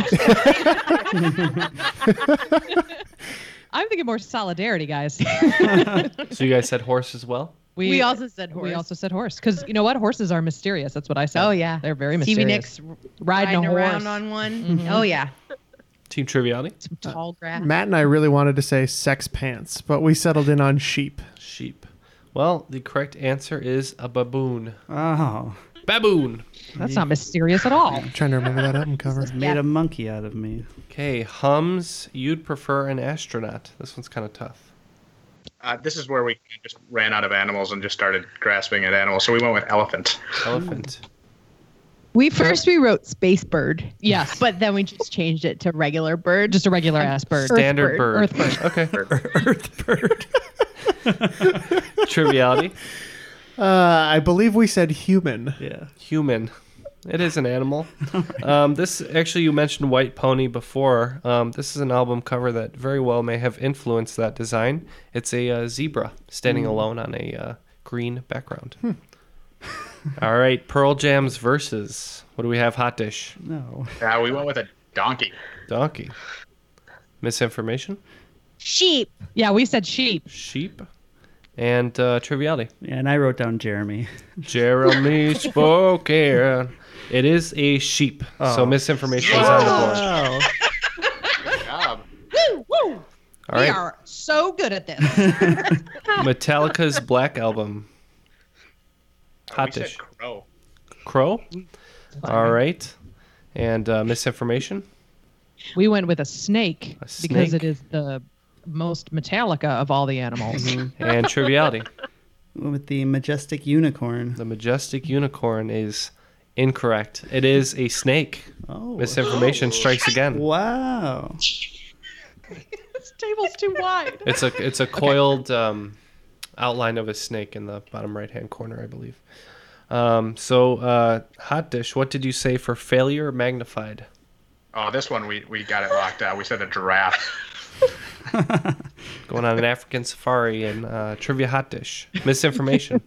I'm thinking more solidarity, guys.
So you guys said horse as well.
we,
We also said
We
horse.
also said horse because you know what? Horses are mysterious. That's what I said.
Oh, yeah.
they're very
Stevie
mysterious.
Nicks
riding, a horse.
around on one.
Mm-hmm.
Oh yeah.
Team triviality.
Tall grass.
Matt and I really wanted to say sex pants, but we settled in on sheep.
Sheep. Uh, Well, the correct answer is a baboon.
Oh.
Baboon.
That's not mysterious at all.
I'm trying to remember that album cover.
Made a monkey out of me.
Okay, hums. You'd prefer an astronaut. This one's kind of tough.
uh, this is where we just ran out of animals and just started grasping at animals, so we went with elephant.
Elephant.
We first we wrote space bird.
Yes.
But then we just changed it to regular bird.
Just a regular ass bird.
Standard bird.
Earth bird.
Okay. Triviality.
Uh, I believe we said human.
Yeah.
Human. It is an animal. Um, this actually, you mentioned White Pony before. Um, this is an album cover that very well may have influenced that design. It's a uh, zebra standing
Mm.
alone on a uh, green background.
Hmm.
All right, Pearl Jam's verses. What do we have? Hot dish.
No.
Yeah, we went with a donkey.
Donkey. Misinformation.
Sheep.
Yeah, we said sheep.
Sheep. And uh, triviality.
Yeah, and I wrote down Jeremy.
Jeremy spoke here. It is a sheep.
Oh.
So misinformation is on the board.
Wow.
Good job.
Woo, woo.
All
we
right.
are so good at this.
Metallica's Black Album. Hot
Oh, said
dish.
Crow.
Crow. All right. And uh, misinformation.
We went with a snake,
snake?
because it is the most Metallica of all the animals.
Mm-hmm.
and triviality.
With the majestic unicorn.
The majestic unicorn is incorrect. It is a snake.
Oh.
Misinformation strikes again.
Wow.
this table's too wide.
It's a it's a coiled um, outline of a snake in the bottom right hand corner, I believe. Um, so uh, hot dish. What did you say for failure magnified?
Oh, this one we, we got it locked out. We said a giraffe.
Going on an African safari and uh, trivia hot dish. Misinformation.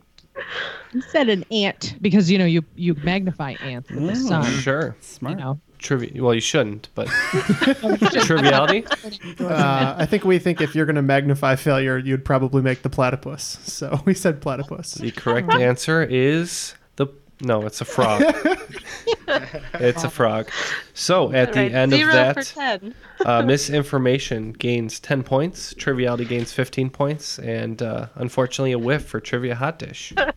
You said an ant because you know you you magnify ants with the sun.
Mm, Sure.
Smart.
Trivia. Well, you shouldn't, but triviality.
Uh, I think we think if you're going to magnify failure, you'd probably make the platypus. So we said platypus.
The correct answer is the no. It's a frog. it's a frog. So at the
Alright,
end of
zero
that,
for 10.
uh, misinformation gains ten points, triviality gains fifteen points, and uh, unfortunately a whiff for trivia hot dish.
Yeah,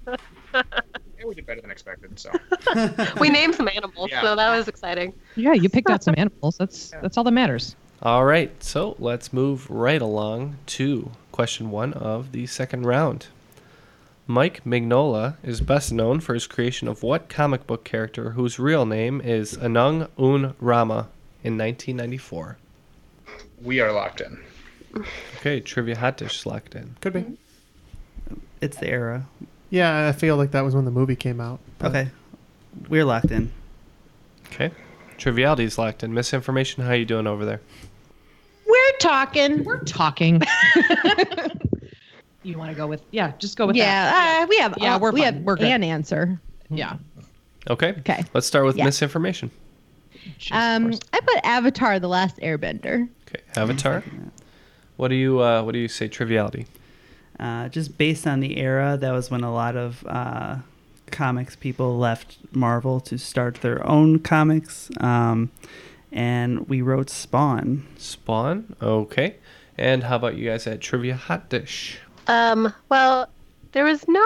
we did better than expected. So
we named some animals,
Yeah.
so that was exciting.
Yeah, you picked out some animals. That's that's all that matters.
All right, so let's move right along to question one of the second round. Mike Mignola is best known for his creation of what comic book character whose real name is Anung Un Rama in 1994?
we are locked in.
Okay, trivia hot dish locked in.
Could be.
Mm-hmm. It's the era.
Yeah, I feel like that was when the movie came out. but-
Okay. We're locked in.
Okay, triviality is locked in. Misinformation, how you doing over there?
We're talking. We're talking. you want to go with yeah? Just go with
yeah,
that.
Uh, we have
Yeah,
uh,
we're
we
fine.
have
We're good.
an answer.
Yeah.
Okay. Okay. Let's start with
Yeah.
misinformation.
Um, I put Avatar: The Last
Oh
Airbender.
Avatar.
Mm-hmm.
What do you uh, What do you say? Triviality.
Uh, just based on the era, that was when a lot of uh, comics people left Marvel to start their own comics. Um, and we wrote Spawn.
Spawn? Okay. And how about you guys at trivia hot dish?
Um, well, there was no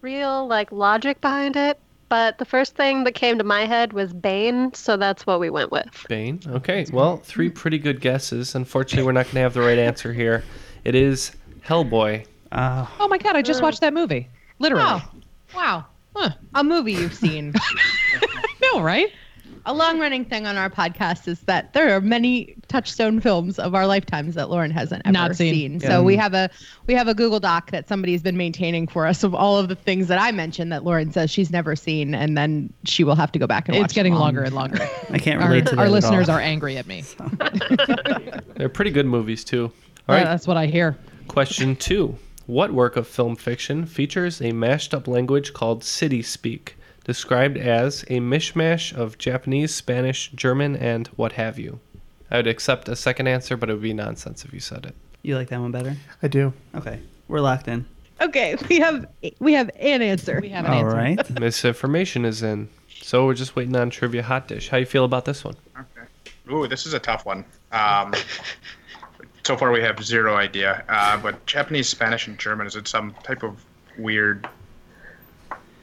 real like logic behind it, but the first thing that came to my head was Bane, so that's what we went with.
Bane. Okay. Well, three pretty good guesses. Unfortunately, we're not going to have the right answer here. It is Hellboy.
Uh,
Oh my god! I just watched that movie. Literally.
Oh,
wow. Huh.
A movie you've seen.
no, right?
A long running thing on our podcast is that there are many touchstone films of our lifetimes that Lauren hasn't ever
Not seen.
seen.
Yeah.
So we have a we have a Google Doc that somebody's been maintaining for us of all of the things that I mentioned that Lauren says she's never seen and then she will have to go back and watch.
It's getting
them all.
longer and longer.
I can't
Our-
relate to that.
Our
at
listeners
all.
are angry at me.
They're pretty good movies too. All
Yeah,
right.
That's what I hear.
Question two: What work of film fiction features a mashed-up language called city speak, described as a mishmash of Japanese, Spanish, German, and what have you? I would accept a second answer, but it would be nonsense if you said it.
You like that one better?
I do.
Okay. We're locked in.
Okay, we have we have an answer. We have
All right.
Misinformation is in. So we're just waiting on trivia hot dish. How you feel about this one?
Ooh, this is a tough one. Um, so far, we have zero idea. Uh, but Japanese, Spanish, and German is it some type of weird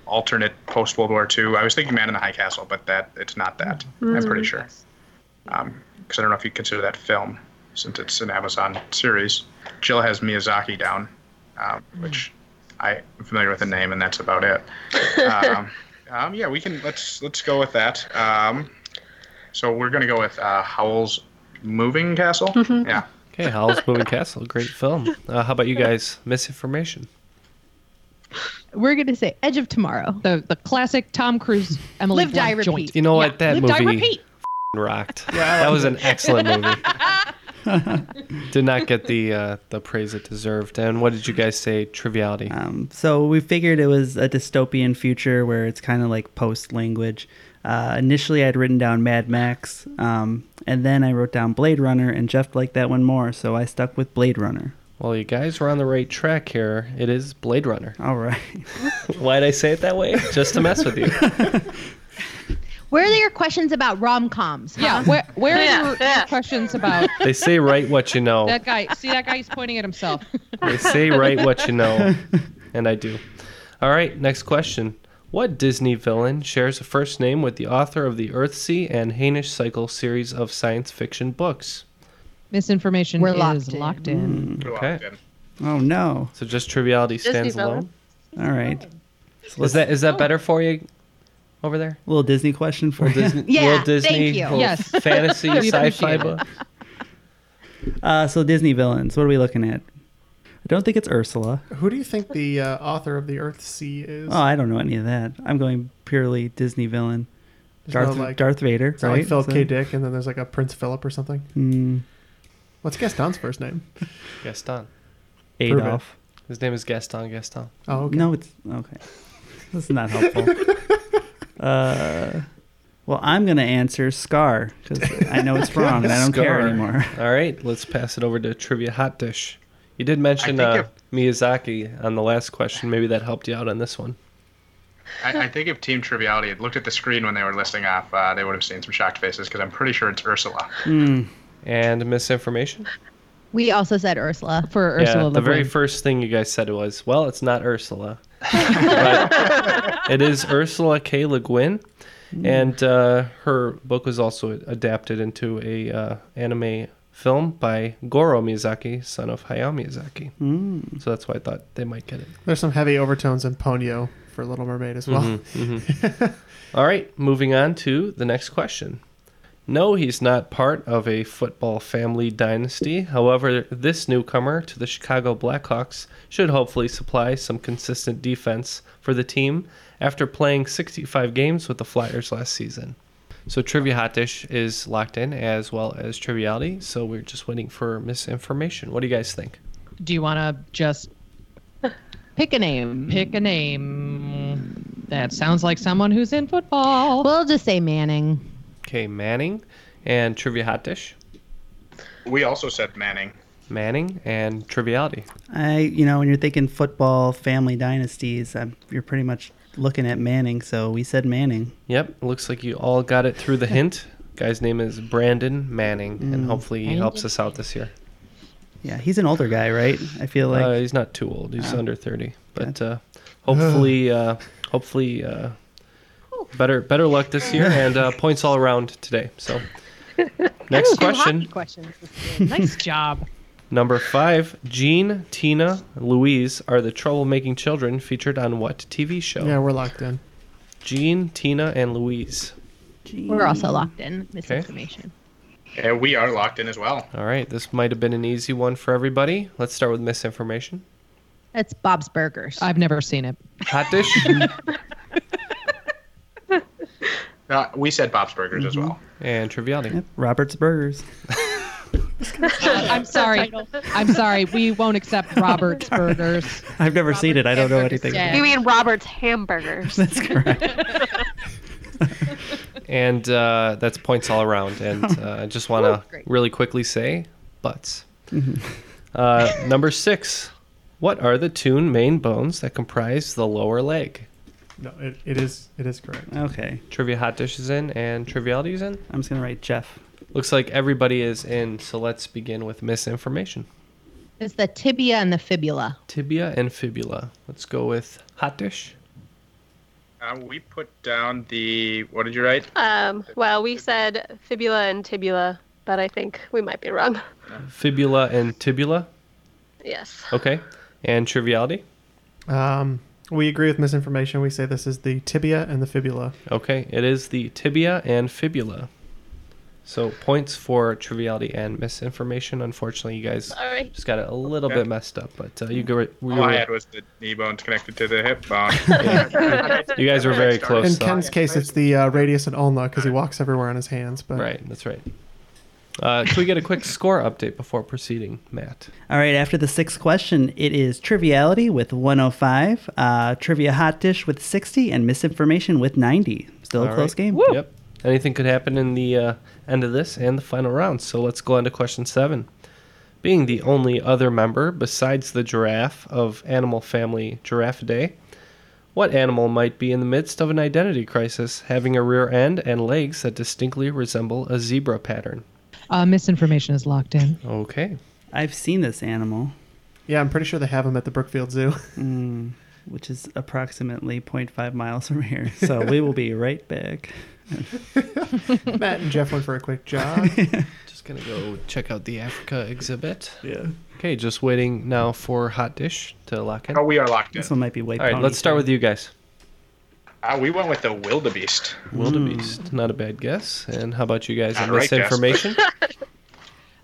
alternate post World War II? I was thinking Man in the High Castle, but that it's not that. I'm pretty
Mm.
sure. Because I don't know if you consider that film since it's an Amazon series. Jill has Miyazaki down, um, which I am familiar with the name, and that's about it. Um, um, yeah, we can let's let's go with that. Um, so we're gonna go with uh, Howl's Moving Castle. Yeah.
Okay, Howl's Moving Castle, great film. Uh, how about you guys? Misinformation.
We're gonna say Edge of Tomorrow.
The the classic Tom Cruise Emily
Live, die,
Blunt joint.
repeat.
You know what? That
Live, die,
movie
repeat.
f***ing rocked.
Yeah, I
that
liked
was an
it.
excellent movie. Did not get the uh, the praise it deserved. And what did you guys say? Triviality.
Um, so we figured it was a dystopian future where it's kind of like post language. Uh, initially, I'd written down Mad Max, um, and then I wrote down Blade Runner, and Jeff liked that one more, so I stuck with Blade Runner.
Well, you guys were on the right track here. It is Blade Runner.
All right.
Why'd I say it that way? Just to mess with you.
Where are your questions about rom coms?
Yeah, where- where are your- your questions about
They say write what you know.
that guy? See that guy? He's pointing at himself.
They say write what you know, and I do. All right, next question. What Disney villain shares a first name with the author of the Earthsea and Hainish Cycle series of science fiction books?
Misinformation
We're
is
locked
locked in.
in.
Okay.
Oh no.
So just triviality
Disney
stands alone.
villain.
All right.
Is that is that better for you over there?
little Disney question for you.
Disney- Yeah, Walt Disney, thank you. little Yes. fantasy, We sci-fi appreciate it. book.
Uh, so Disney villains. What are we looking at? I don't think it's Ursula.
Who do you think the uh, author of the Earth Sea is?
Oh, I don't know any of that. I'm going purely Disney villain.
There's
Darth,
no, like-
Darth Vader,
It's not
right?
Like Philip
So-
K. Dick, and then there's like a Prince Philip or something.
Hmm.
What's Gaston's first name?
Gaston.
Prove it.
Adolf.
His name is Gaston Gaston.
Oh, okay.
No, it's okay. This is not helpful. uh, well, I'm gonna answer Scar because I know it's wrong and I don't care
Scar.
anymore.
All right, let's pass it over to trivia hot dish. You did mention
I
uh,
think
Miyazaki on the last question. Maybe that helped you out on this one.
I, I think if Team Triviality had looked at the screen when they were listing off, uh, they would have seen some shocked faces because I'm pretty sure it's Ursula.
Hmm.
And misinformation.
We also said Ursula for
yeah, the very first thing you guys said was, "Well, it's not Ursula." but it is Ursula K. Le Guin,
Hmm.
and uh, her book was also adapted into a uh, anime film by Goro Miyazaki, son of Hayao Miyazaki.
Hmm.
Mm.
So that's why I thought they might get it.
Mm-hmm.
There's some heavy overtones in Ponyo for Little Mermaid as well.
Mhm, mhm. All right, moving on to the next question. No, he's not part of a football family dynasty. However, this newcomer to the Chicago Blackhawks should hopefully supply some consistent defense for the team after playing 65 games with the Flyers last season. So, Trivia Hot Dish is locked in as well as Triviality. So, we're just waiting for misinformation. What do you guys think?
Do you want to just pick a name? Pick a name. That sounds like someone who's in football.
We'll just say Manning.
Okay, Manning and Trivia Hot Dish.
We also said Manning.
Manning and Triviality.
I, you know, when you're thinking football family dynasties, i you're pretty much looking at Manning. So we said Manning.
Yep, looks like you all got it through the hint. Guy's name is Brandon Manning, and
Mm.
hopefully he helps us out this year.
Yeah, he's an older guy, right? I feel like
uh, he's not too old; he's
Oh.
under thirty. But uh, hopefully, uh, hopefully, uh, better better luck this year, and uh, points all around today. So, next question,
questions. nice job.
number five: Jean, Tina, Louise are the troublemaking children featured on what TV show?
Yeah, we're locked in.
Jean, Tina, and Louise.
We're also locked in. Misinformation.
Yeah, we are locked in as well.
All right, this might have been an easy one for everybody. Let's start with misinformation.
That's Bob's Burgers.
I've never seen it.
Hot dish?
Uh, we said Bob's Burgers as well.
and triviality.
Robert's Burgers.
I'm sorry. I'm sorry. We won't accept Robert's Burgers.
I've never seen it. I don't know anything. about
We mean Robert's hamburgers. That's
And uh, that's points all around. And uh, I just want to really quickly say butts.
Mhm.
Uh, number six. What are the two main bones that comprise the lower leg?
No, it, it is it is correct.
it. Okay,
Trivia Hot Dish is in and Triviality is in.
I'm just gonna write Jeff.
Looks like everybody is in, so let's begin with misinformation.
It's the tibia and the fibula.
Tibia and fibula. Let's go with Hot Dish.
Uh, we put down the. What did you write?
Um, well, we said fibula and tibula, but I think we might be wrong.
Fibula and tibula.
Yes.
Okay. And Triviality.
Um, we agree with misinformation. We say this is the tibia and the fibula.
Okay, it is the tibia and fibula. So points for triviality and misinformation. Unfortunately, you guys
Sorry.
just got it a little
Okay.
bit messed up, but uh, you, go, you,
All I
were,
had was the knee bones connected to the hip bone.
you guys were very close.
In
though.
Ken's case, it's the uh, radius and ulna because he walks everywhere on his hands. But
Right, that's right. Uh, can we get a quick score update before proceeding, Matt?
All right, after the sixth question, it is Triviality with 105, uh, Trivia Hot Dish with 60, and Misinformation with 90. Still a
All
close
right.
game.
Yep. Anything could happen in the uh, end of this and the final round. So let's go on to question seven. Being the only other member besides the giraffe of animal family Giraffidae, What animal might be in the midst of an identity crisis, having a rear end and legs that distinctly resemble a zebra pattern?
Uh, misinformation is locked in.
Okay.
I've seen this animal. Mm,
Yeah, I'm pretty sure they have them at the Brookfield Zoo.
which is approximately 0.5 miles from here. So we will be right back.
Matt and Jeff went for a quick jog.
Just gonna go check out the Africa exhibit.
Yeah.
Okay, just waiting now for Hot Dish to lock in.
Oh, we are locked in.
This one might be way.
All right, let's start with you guys.
Uh, we went with the wildebeest.
Mm. Wildebeest, not a bad guess. And how about you guys?
All
And
right, Jess.
misinformation.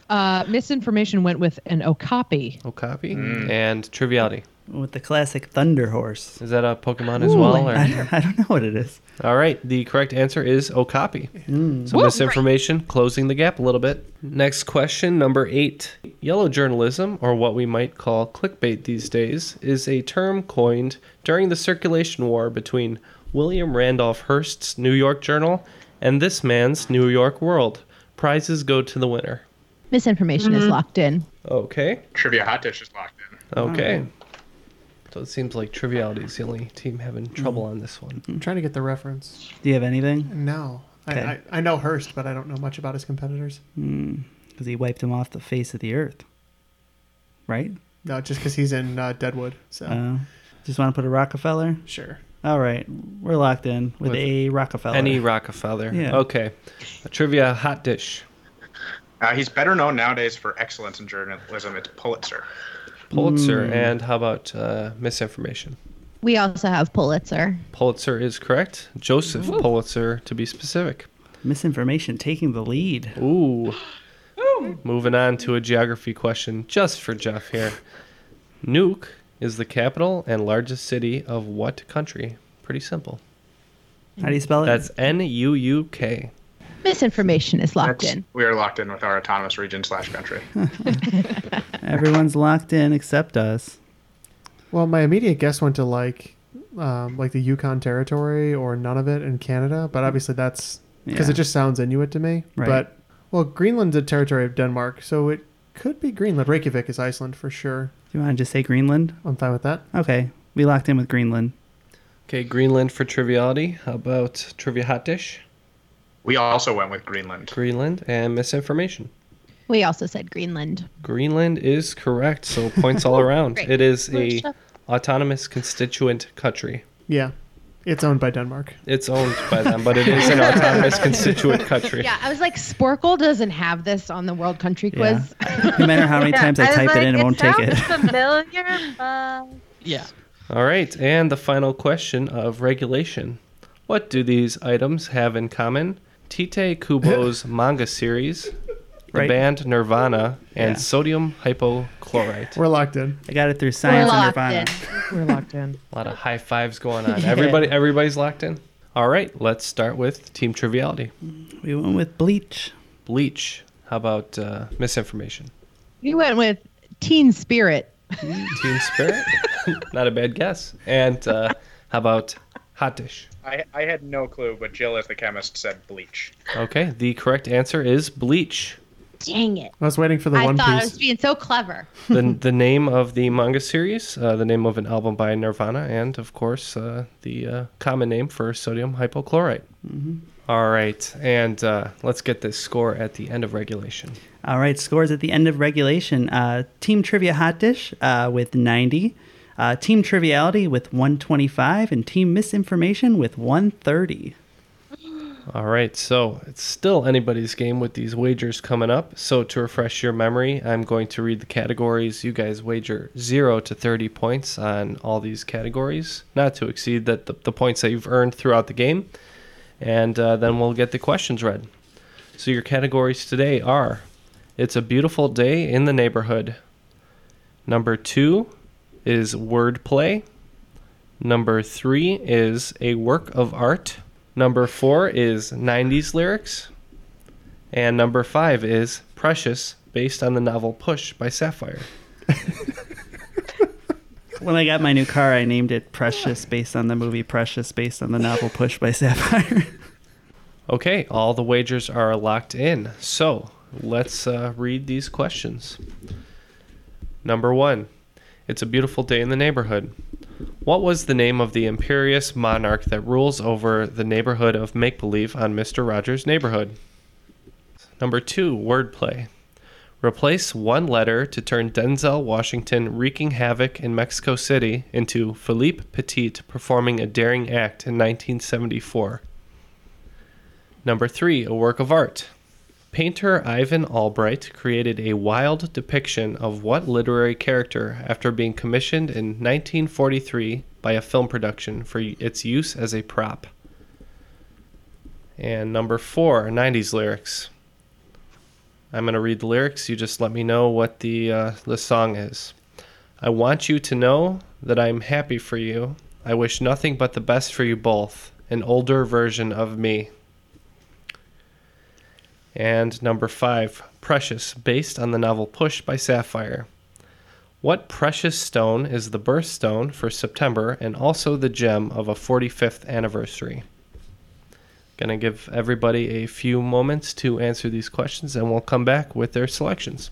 Uh, misinformation went with an okapi.
Okapi.
Mm.
And triviality.
With the classic Thunder Horse.
Is that a Pokemon as
Ooh,
well? Or?
I don't- I don't know what it is.
All right, the correct answer is Okapi.
Mm.
So misinformation, closing the gap a little bit. Next question, number eight. Yellow journalism, or what we might call clickbait these days, is a term coined during the circulation war between William Randolph Hearst's New York Journal and this man's New York World. Prizes go to the winner.
Misinformation is
Mhm.
locked in.
Okay.
Trivia hot dish is locked in.
Okay. So it seems like Triviality is the only team
Mm.
having trouble on this one.
I'm trying to get the reference.
Do you have anything?
No. I,
Okay.
I, I know Hearst, but I don't know much about his competitors. Hmm.
Because he wiped him off the face of the earth. Right?
No, just because he's in uh, Deadwood. So
Uh, just want to put a Rockefeller?
Sure.
All right. We're locked in with,
With
a Rockefeller.
Any Rockefeller.
Yeah.
Okay. A trivia hot dish.
Uh, he's better known nowadays for excellence in journalism. It's Pulitzer.
Pulitzer.
Mm.
And how about uh, misinformation?
We also have Pulitzer.
Pulitzer is correct. Joseph
Woo.
Pulitzer, to be specific.
Misinformation taking the lead.
Ooh. Moving on to a geography question just for Jeff here. Nuke is the capital and largest city of what country? Pretty simple.
How do you spell it?
That's N U U K.
Misinformation is locked
That's-
in.
We are locked in with our autonomous region slash country.
Everyone's locked in except us.
Well, my immediate guess went to like, um, like the Yukon Territory or none of it in Canada, but obviously that's because
Yeah.
it just sounds Inuit to me.
Right.
But well, Greenland's a territory of Denmark, so it could be Greenland. Reykjavik is Iceland for sure.
Do you want to just say Greenland?
I'm fine with that.
Okay. We locked in with Greenland.
Okay, Greenland for triviality. How about trivia hot dish?
We also went with Greenland.
Greenland and misinformation.
We also said Greenland.
Greenland is correct, so points all around.
Great.
It is
Good
a
stuff.
autonomous constituent country.
Yeah, it's owned by Denmark.
It's owned by them, but it is an autonomous constituent country.
Yeah, I was like, Sporkle doesn't have this on the World Country
Yeah.
Quiz.
No matter how many times I,
was
type
like,
it in, it won't take it.
sounds familiar, but
Yeah.
All right, and the final question of regulation. What do these items have in common? Tite Kubo's manga series, the
Right.
band Nirvana, and
Yeah.
sodium hypochlorite.
We're locked in.
I got it through science and
locked
Nirvana.
We're locked in.
A lot of high fives going on.
Yeah.
Everybody, everybody's locked in. All right, let's start with team triviality.
We went with bleach.
Bleach. How about uh, misinformation?
You went with Teen Spirit.
Team spirit. Not a bad guess. And uh, how about hot dish?
I, I had no clue, but Jill, as the chemist, said bleach.
Okay, the correct answer is bleach.
Dang it.
I was waiting for the
I
One
thought I
Piece.
was being so clever.
the the name of the manga series, uh, the name of an album by Nirvana, and of course uh, the uh, common name for sodium hypochlorite. All right, and uh, let's get this score at the end of regulation.
All right, scores at the end of regulation. Uh, Team Trivia Hot Dish uh, with 90, uh, Team Triviality with 125, and Team Misinformation with 130.
All right, so it's still anybody's game with these wagers coming up. So to refresh your memory, I'm going to read the categories. You guys wager 0 to 30 points on all these categories, not to exceed that the, the points that you've earned throughout the game. And uh, then we'll get the questions read. So your categories today are It's a Beautiful Day in the Neighborhood. Number 2 is Wordplay. Number three is a work of art. Number four is 90s lyrics. And number five is Precious, based on the novel Push by Sapphire.
When I got my new car, I named it Precious based on the movie Precious based on the novel Push by Sapphire.
Okay, all the wagers are locked in. So let's uh, read these questions. Number one It's a beautiful day in the neighborhood. What was the name of the imperious monarch that rules over the neighborhood of make believe on Mr. Rogers' neighborhood? Number two, wordplay. Replace one letter to turn Denzel Washington wreaking havoc in Mexico City into Philippe Petit performing a daring act in 1974. Number three, a work of art. Painter Ivan Albright created a wild depiction of what literary character after being commissioned in 1943 by a film production for its use as a prop. And number four, 90s lyrics. I'm going to read the lyrics. You just let me know what the, uh, the song is. I want you to know that I'm happy for you. I wish nothing but the best for you both. An older version of me. And number five, Precious, based on the novel Push by Sapphire. What precious stone is the birthstone for September and also the gem of a 45th anniversary? Gonna give everybody a few moments to answer these questions and we'll come back with their selections.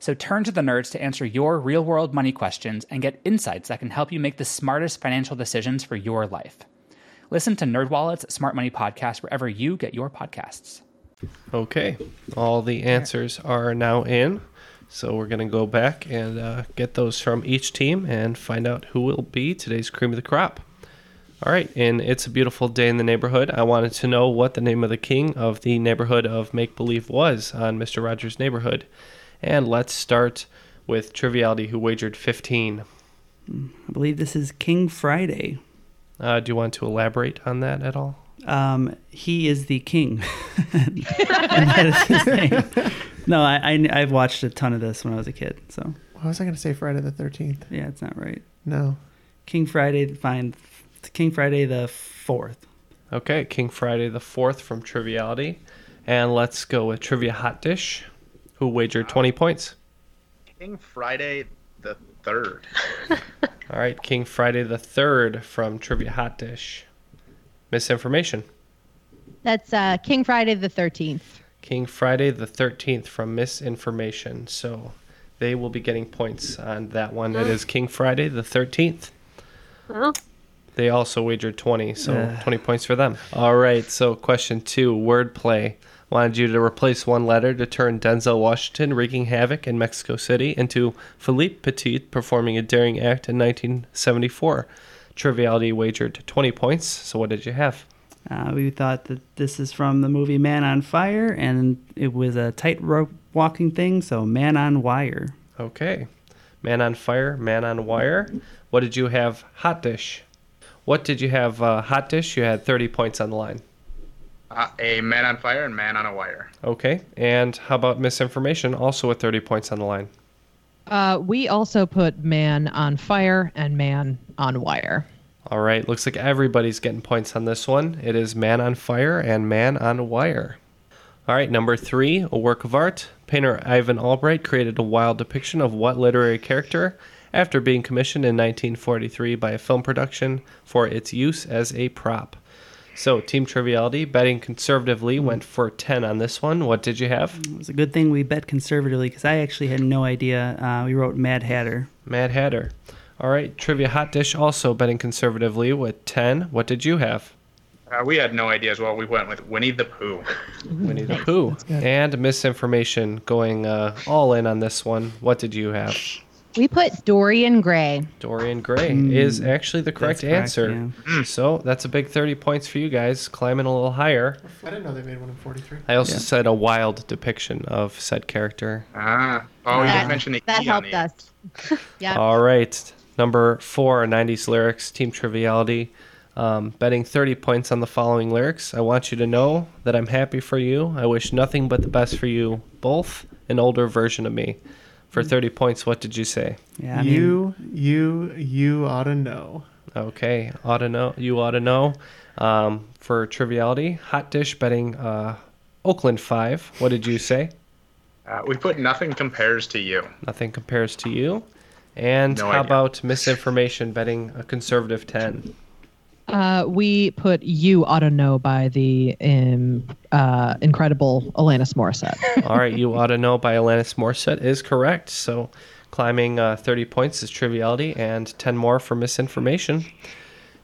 So turn to the nerds to answer your real world money questions and get insights that can help you make the smartest financial decisions for your life. Listen to NerdWallet's Smart Money Podcast wherever you get your podcasts.
Okay, all the answers are now in. So we're going to go back and uh, get those from each team and find out who will be today's cream of the crop. All right, and It's a Beautiful Day in the Neighborhood, I wanted to know what the name of the king of the neighborhood of make believe was on Mr. Rogers' neighborhood. And let's start with Triviality, who wagered 15.
I believe this is King Friday.
Uh, do you want to elaborate on that at all?
Um, he is the king. and that is his name. No, I, I have watched a ton of this when I was a kid. So
What was I going to say Friday the 13th?
yeah, it's not right.
No.
King Friday. Find King Friday the fourth.
Okay, King Friday the 4th from Triviality. And let's go with Trivia Hot Dish, who wagered 20 points.
King Friday the third.
All right, King Friday the 3rd from Trivia Hot Dish. Misinformation.
That's uh, King Friday the 13th.
King Friday the 13th from Misinformation. So they will be getting points on that one. It is King Friday the 13th. They also wagered 20, so
Ugh.
20 points for them. All right, so question two wordplay. Wanted you to replace one letter to turn Denzel Washington wreaking havoc in Mexico City into Philippe Petit performing a daring act in 1974. Triviality wagered 20 points, so what did you have?
Uh, we thought that this is from the movie Man on Fire, and it was a tightrope walking thing. So Man on Wire.
Okay. Man on fire, man on wire. What did you have? Hot dish. What did you have? Uh, hot dish. You had 30 points on the line.
Uh, a man on fire and man on a wire.
Okay. And how about misinformation? Also with 30 points on the line.
Uh, we also put man on fire and man on wire.
All right. Looks like everybody's getting points on this one. It is man on fire and man on wire. All right. Number three, a work of art. Painter Ivan Albright created a wild depiction of what literary character after being commissioned in 1943 by a film production for its use as a prop. So, team triviality, betting
Hmm.
conservatively went for 10 on this one. What did you have?
It was a good thing we bet conservatively because I actually had no idea. Uh, we wrote Mad Hatter.
Mad Hatter. All right, Trivia Hot Dish also betting conservatively with 10. What did you have?
Uh, we had no idea as well. We went with Winnie the Pooh.
Winnie the Pooh. And misinformation going uh, all in on this one. What did you have?
We put Dorian Gray.
Dorian Gray is actually the correct
correct,
answer. So, that's a big 30 points for you guys, climbing a little higher.
I didn't know they made one in 43.
I also said a wild depiction of said character.
Ah. Oh, you
That-
didn't mention the
That
E on
helped us. yeah.
All right. Number four, 90s lyrics, Team Triviality. Um, betting 30 points on the following lyrics. I want you to know that I'm happy for you. I wish nothing but the best for you both. An older version of me. For 30 points, what did you say?
Yeah,
you, you, you ought to know.
Okay, ought to know. You ought to know. Um, for triviality, hot dish betting uh, Oakland five. What did you say?
Uh, we put nothing compares to you.
Nothing compares to you. And
No
how
idea.
about misinformation betting a conservative ten?
Uh, we put You Oughta Know by the um, uh, incredible Alanis Morissette.
All right, you ought to know by Alanis Morissette is correct. So, climbing uh, thirty points is triviality, and ten more for misinformation.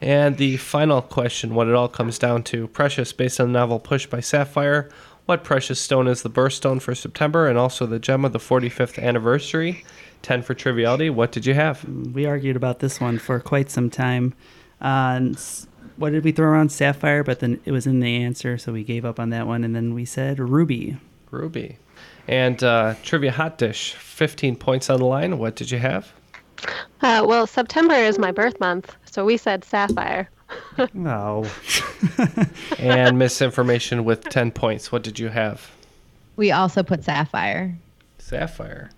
And the final question, what it all comes down to Precious, based on the novel Push by Sapphire. What precious stone is the birthstone for September and also the gem of the 45th anniversary? 10 for triviality. What did you have?
We argued about this one for quite some time. Uh, and s- what did we throw around? Sapphire, but then it was in the answer, so we gave up on that one. And then we said Ruby.
Ruby. And uh, Trivia Hot Dish, 15 points on the line. What did you have?
Uh, well, September is my birth month, so we said sapphire.
No. and misinformation with 10 points. What did you have?
We also put Sapphire.
Sapphire.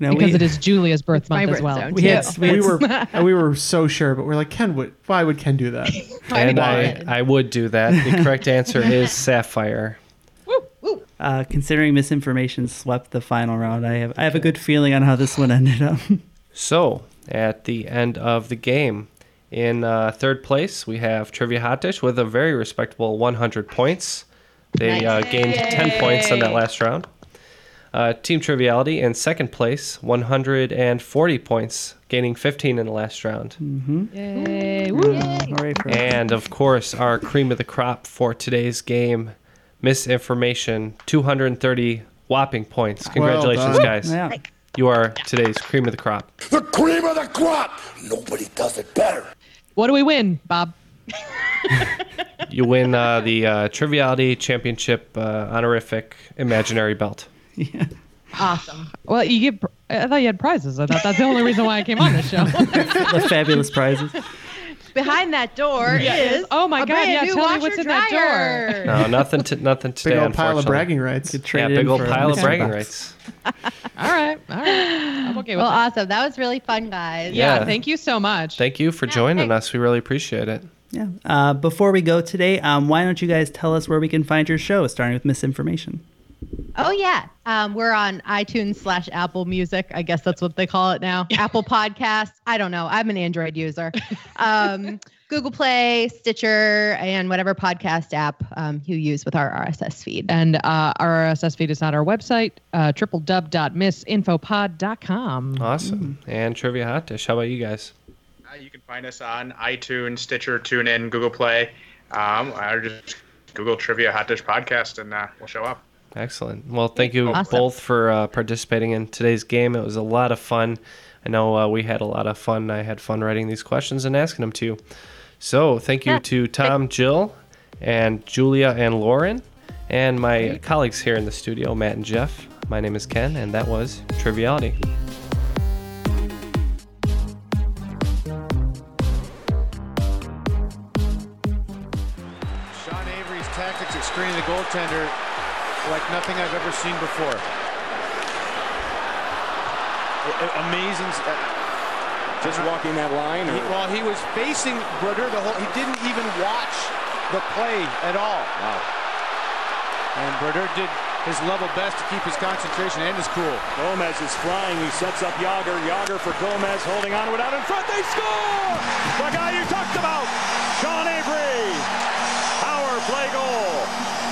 No,
because it is Julia's birth month as well.
We, had, we, were, and we were so sure, but we're like, Ken, would, why would Ken do that?
And I, I would do that. The correct answer is Sapphire.
Uh, considering misinformation swept the final round, I have I have a good feeling on how this one ended up.
So, at the end of the game, in uh, third place, we have Trivia Hot Dish with a very respectable 100 points. They uh, gained 10 points in that last round. Uh, Team Triviality in second place, 140 points, gaining 15 in the last round.
Mm-hmm.
Yay!
Hooray for
And of course, our cream of the crop for today's game, misinformation, 230 whopping points. Congratulations,
done.
guys.
Yeah.
You are today's cream of the crop.
The cream of the crop! Nobody does it better.
What do we win, Bob?
You win uh, the uh, Triviality Championship uh, honorific imaginary belt.
Awesome. Well, you get. pr- I thought you had prizes. I thought that's the only reason why I came on this show.
the fabulous prizes.
Behind that door
Yes.
is
Oh my
a
God,
brand
yeah,
new
tell me
washer
what's in that
dryer. that
No, nothing. To, nothing today.
old pile of
unfortunately.
bragging rights. Could
Yeah,
trade
big
in
old
for a
pile of
mystery
bragging
box.
rights.
All right. All right. I'm okay with
Well,
that.
awesome. That was really fun, guys.
Yeah. Yeah,
Thank you so much.
Thank you for joining us. We really appreciate it.
Yeah. Uh, before we go today, um, why don't you guys tell us where we can find your show, starting with misinformation?
Oh yeah, um, we're on iTunes slash Apple Music. I guess that's what they call it now. Apple Podcasts. I don't know. I'm an Android user. Um, Google Play, Stitcher, and whatever podcast app um, you use with our RSS feed.
And uh, our RSS feed is on our website, uh, www.misinfopod.com.
Awesome. And Trivia Hot Dish. How about you guys?
Uh, you can find us on iTunes, Stitcher, TuneIn, Google Play, um, or just Google Trivia Hot Dish Podcast, and uh, we'll show up.
Excellent. Well, thank you
Awesome.
both for uh, participating in today's game. It was a lot of fun. I know uh, we had a lot of fun. I had fun writing these questions and asking them to you. So, thank you to Tom, Jill, and Julia and Lauren, and my colleagues here in the studio, Matt and Jeff. My name is Ken, and that was Triviality.
tactics of screening the goaltender like nothing I've ever seen before. A- a- Amazing. st-
Just walking that line?
He, well, he was facing Brodeur the whole. He didn't even watch the play at all. Wow. And Brodeur did his level best to keep his concentration and his cool.
Gomez is flying. He sets up Yager. Yager for Gomez, holding on to it out in front. They score! The guy you talked about, Sean Avery. Power play goal.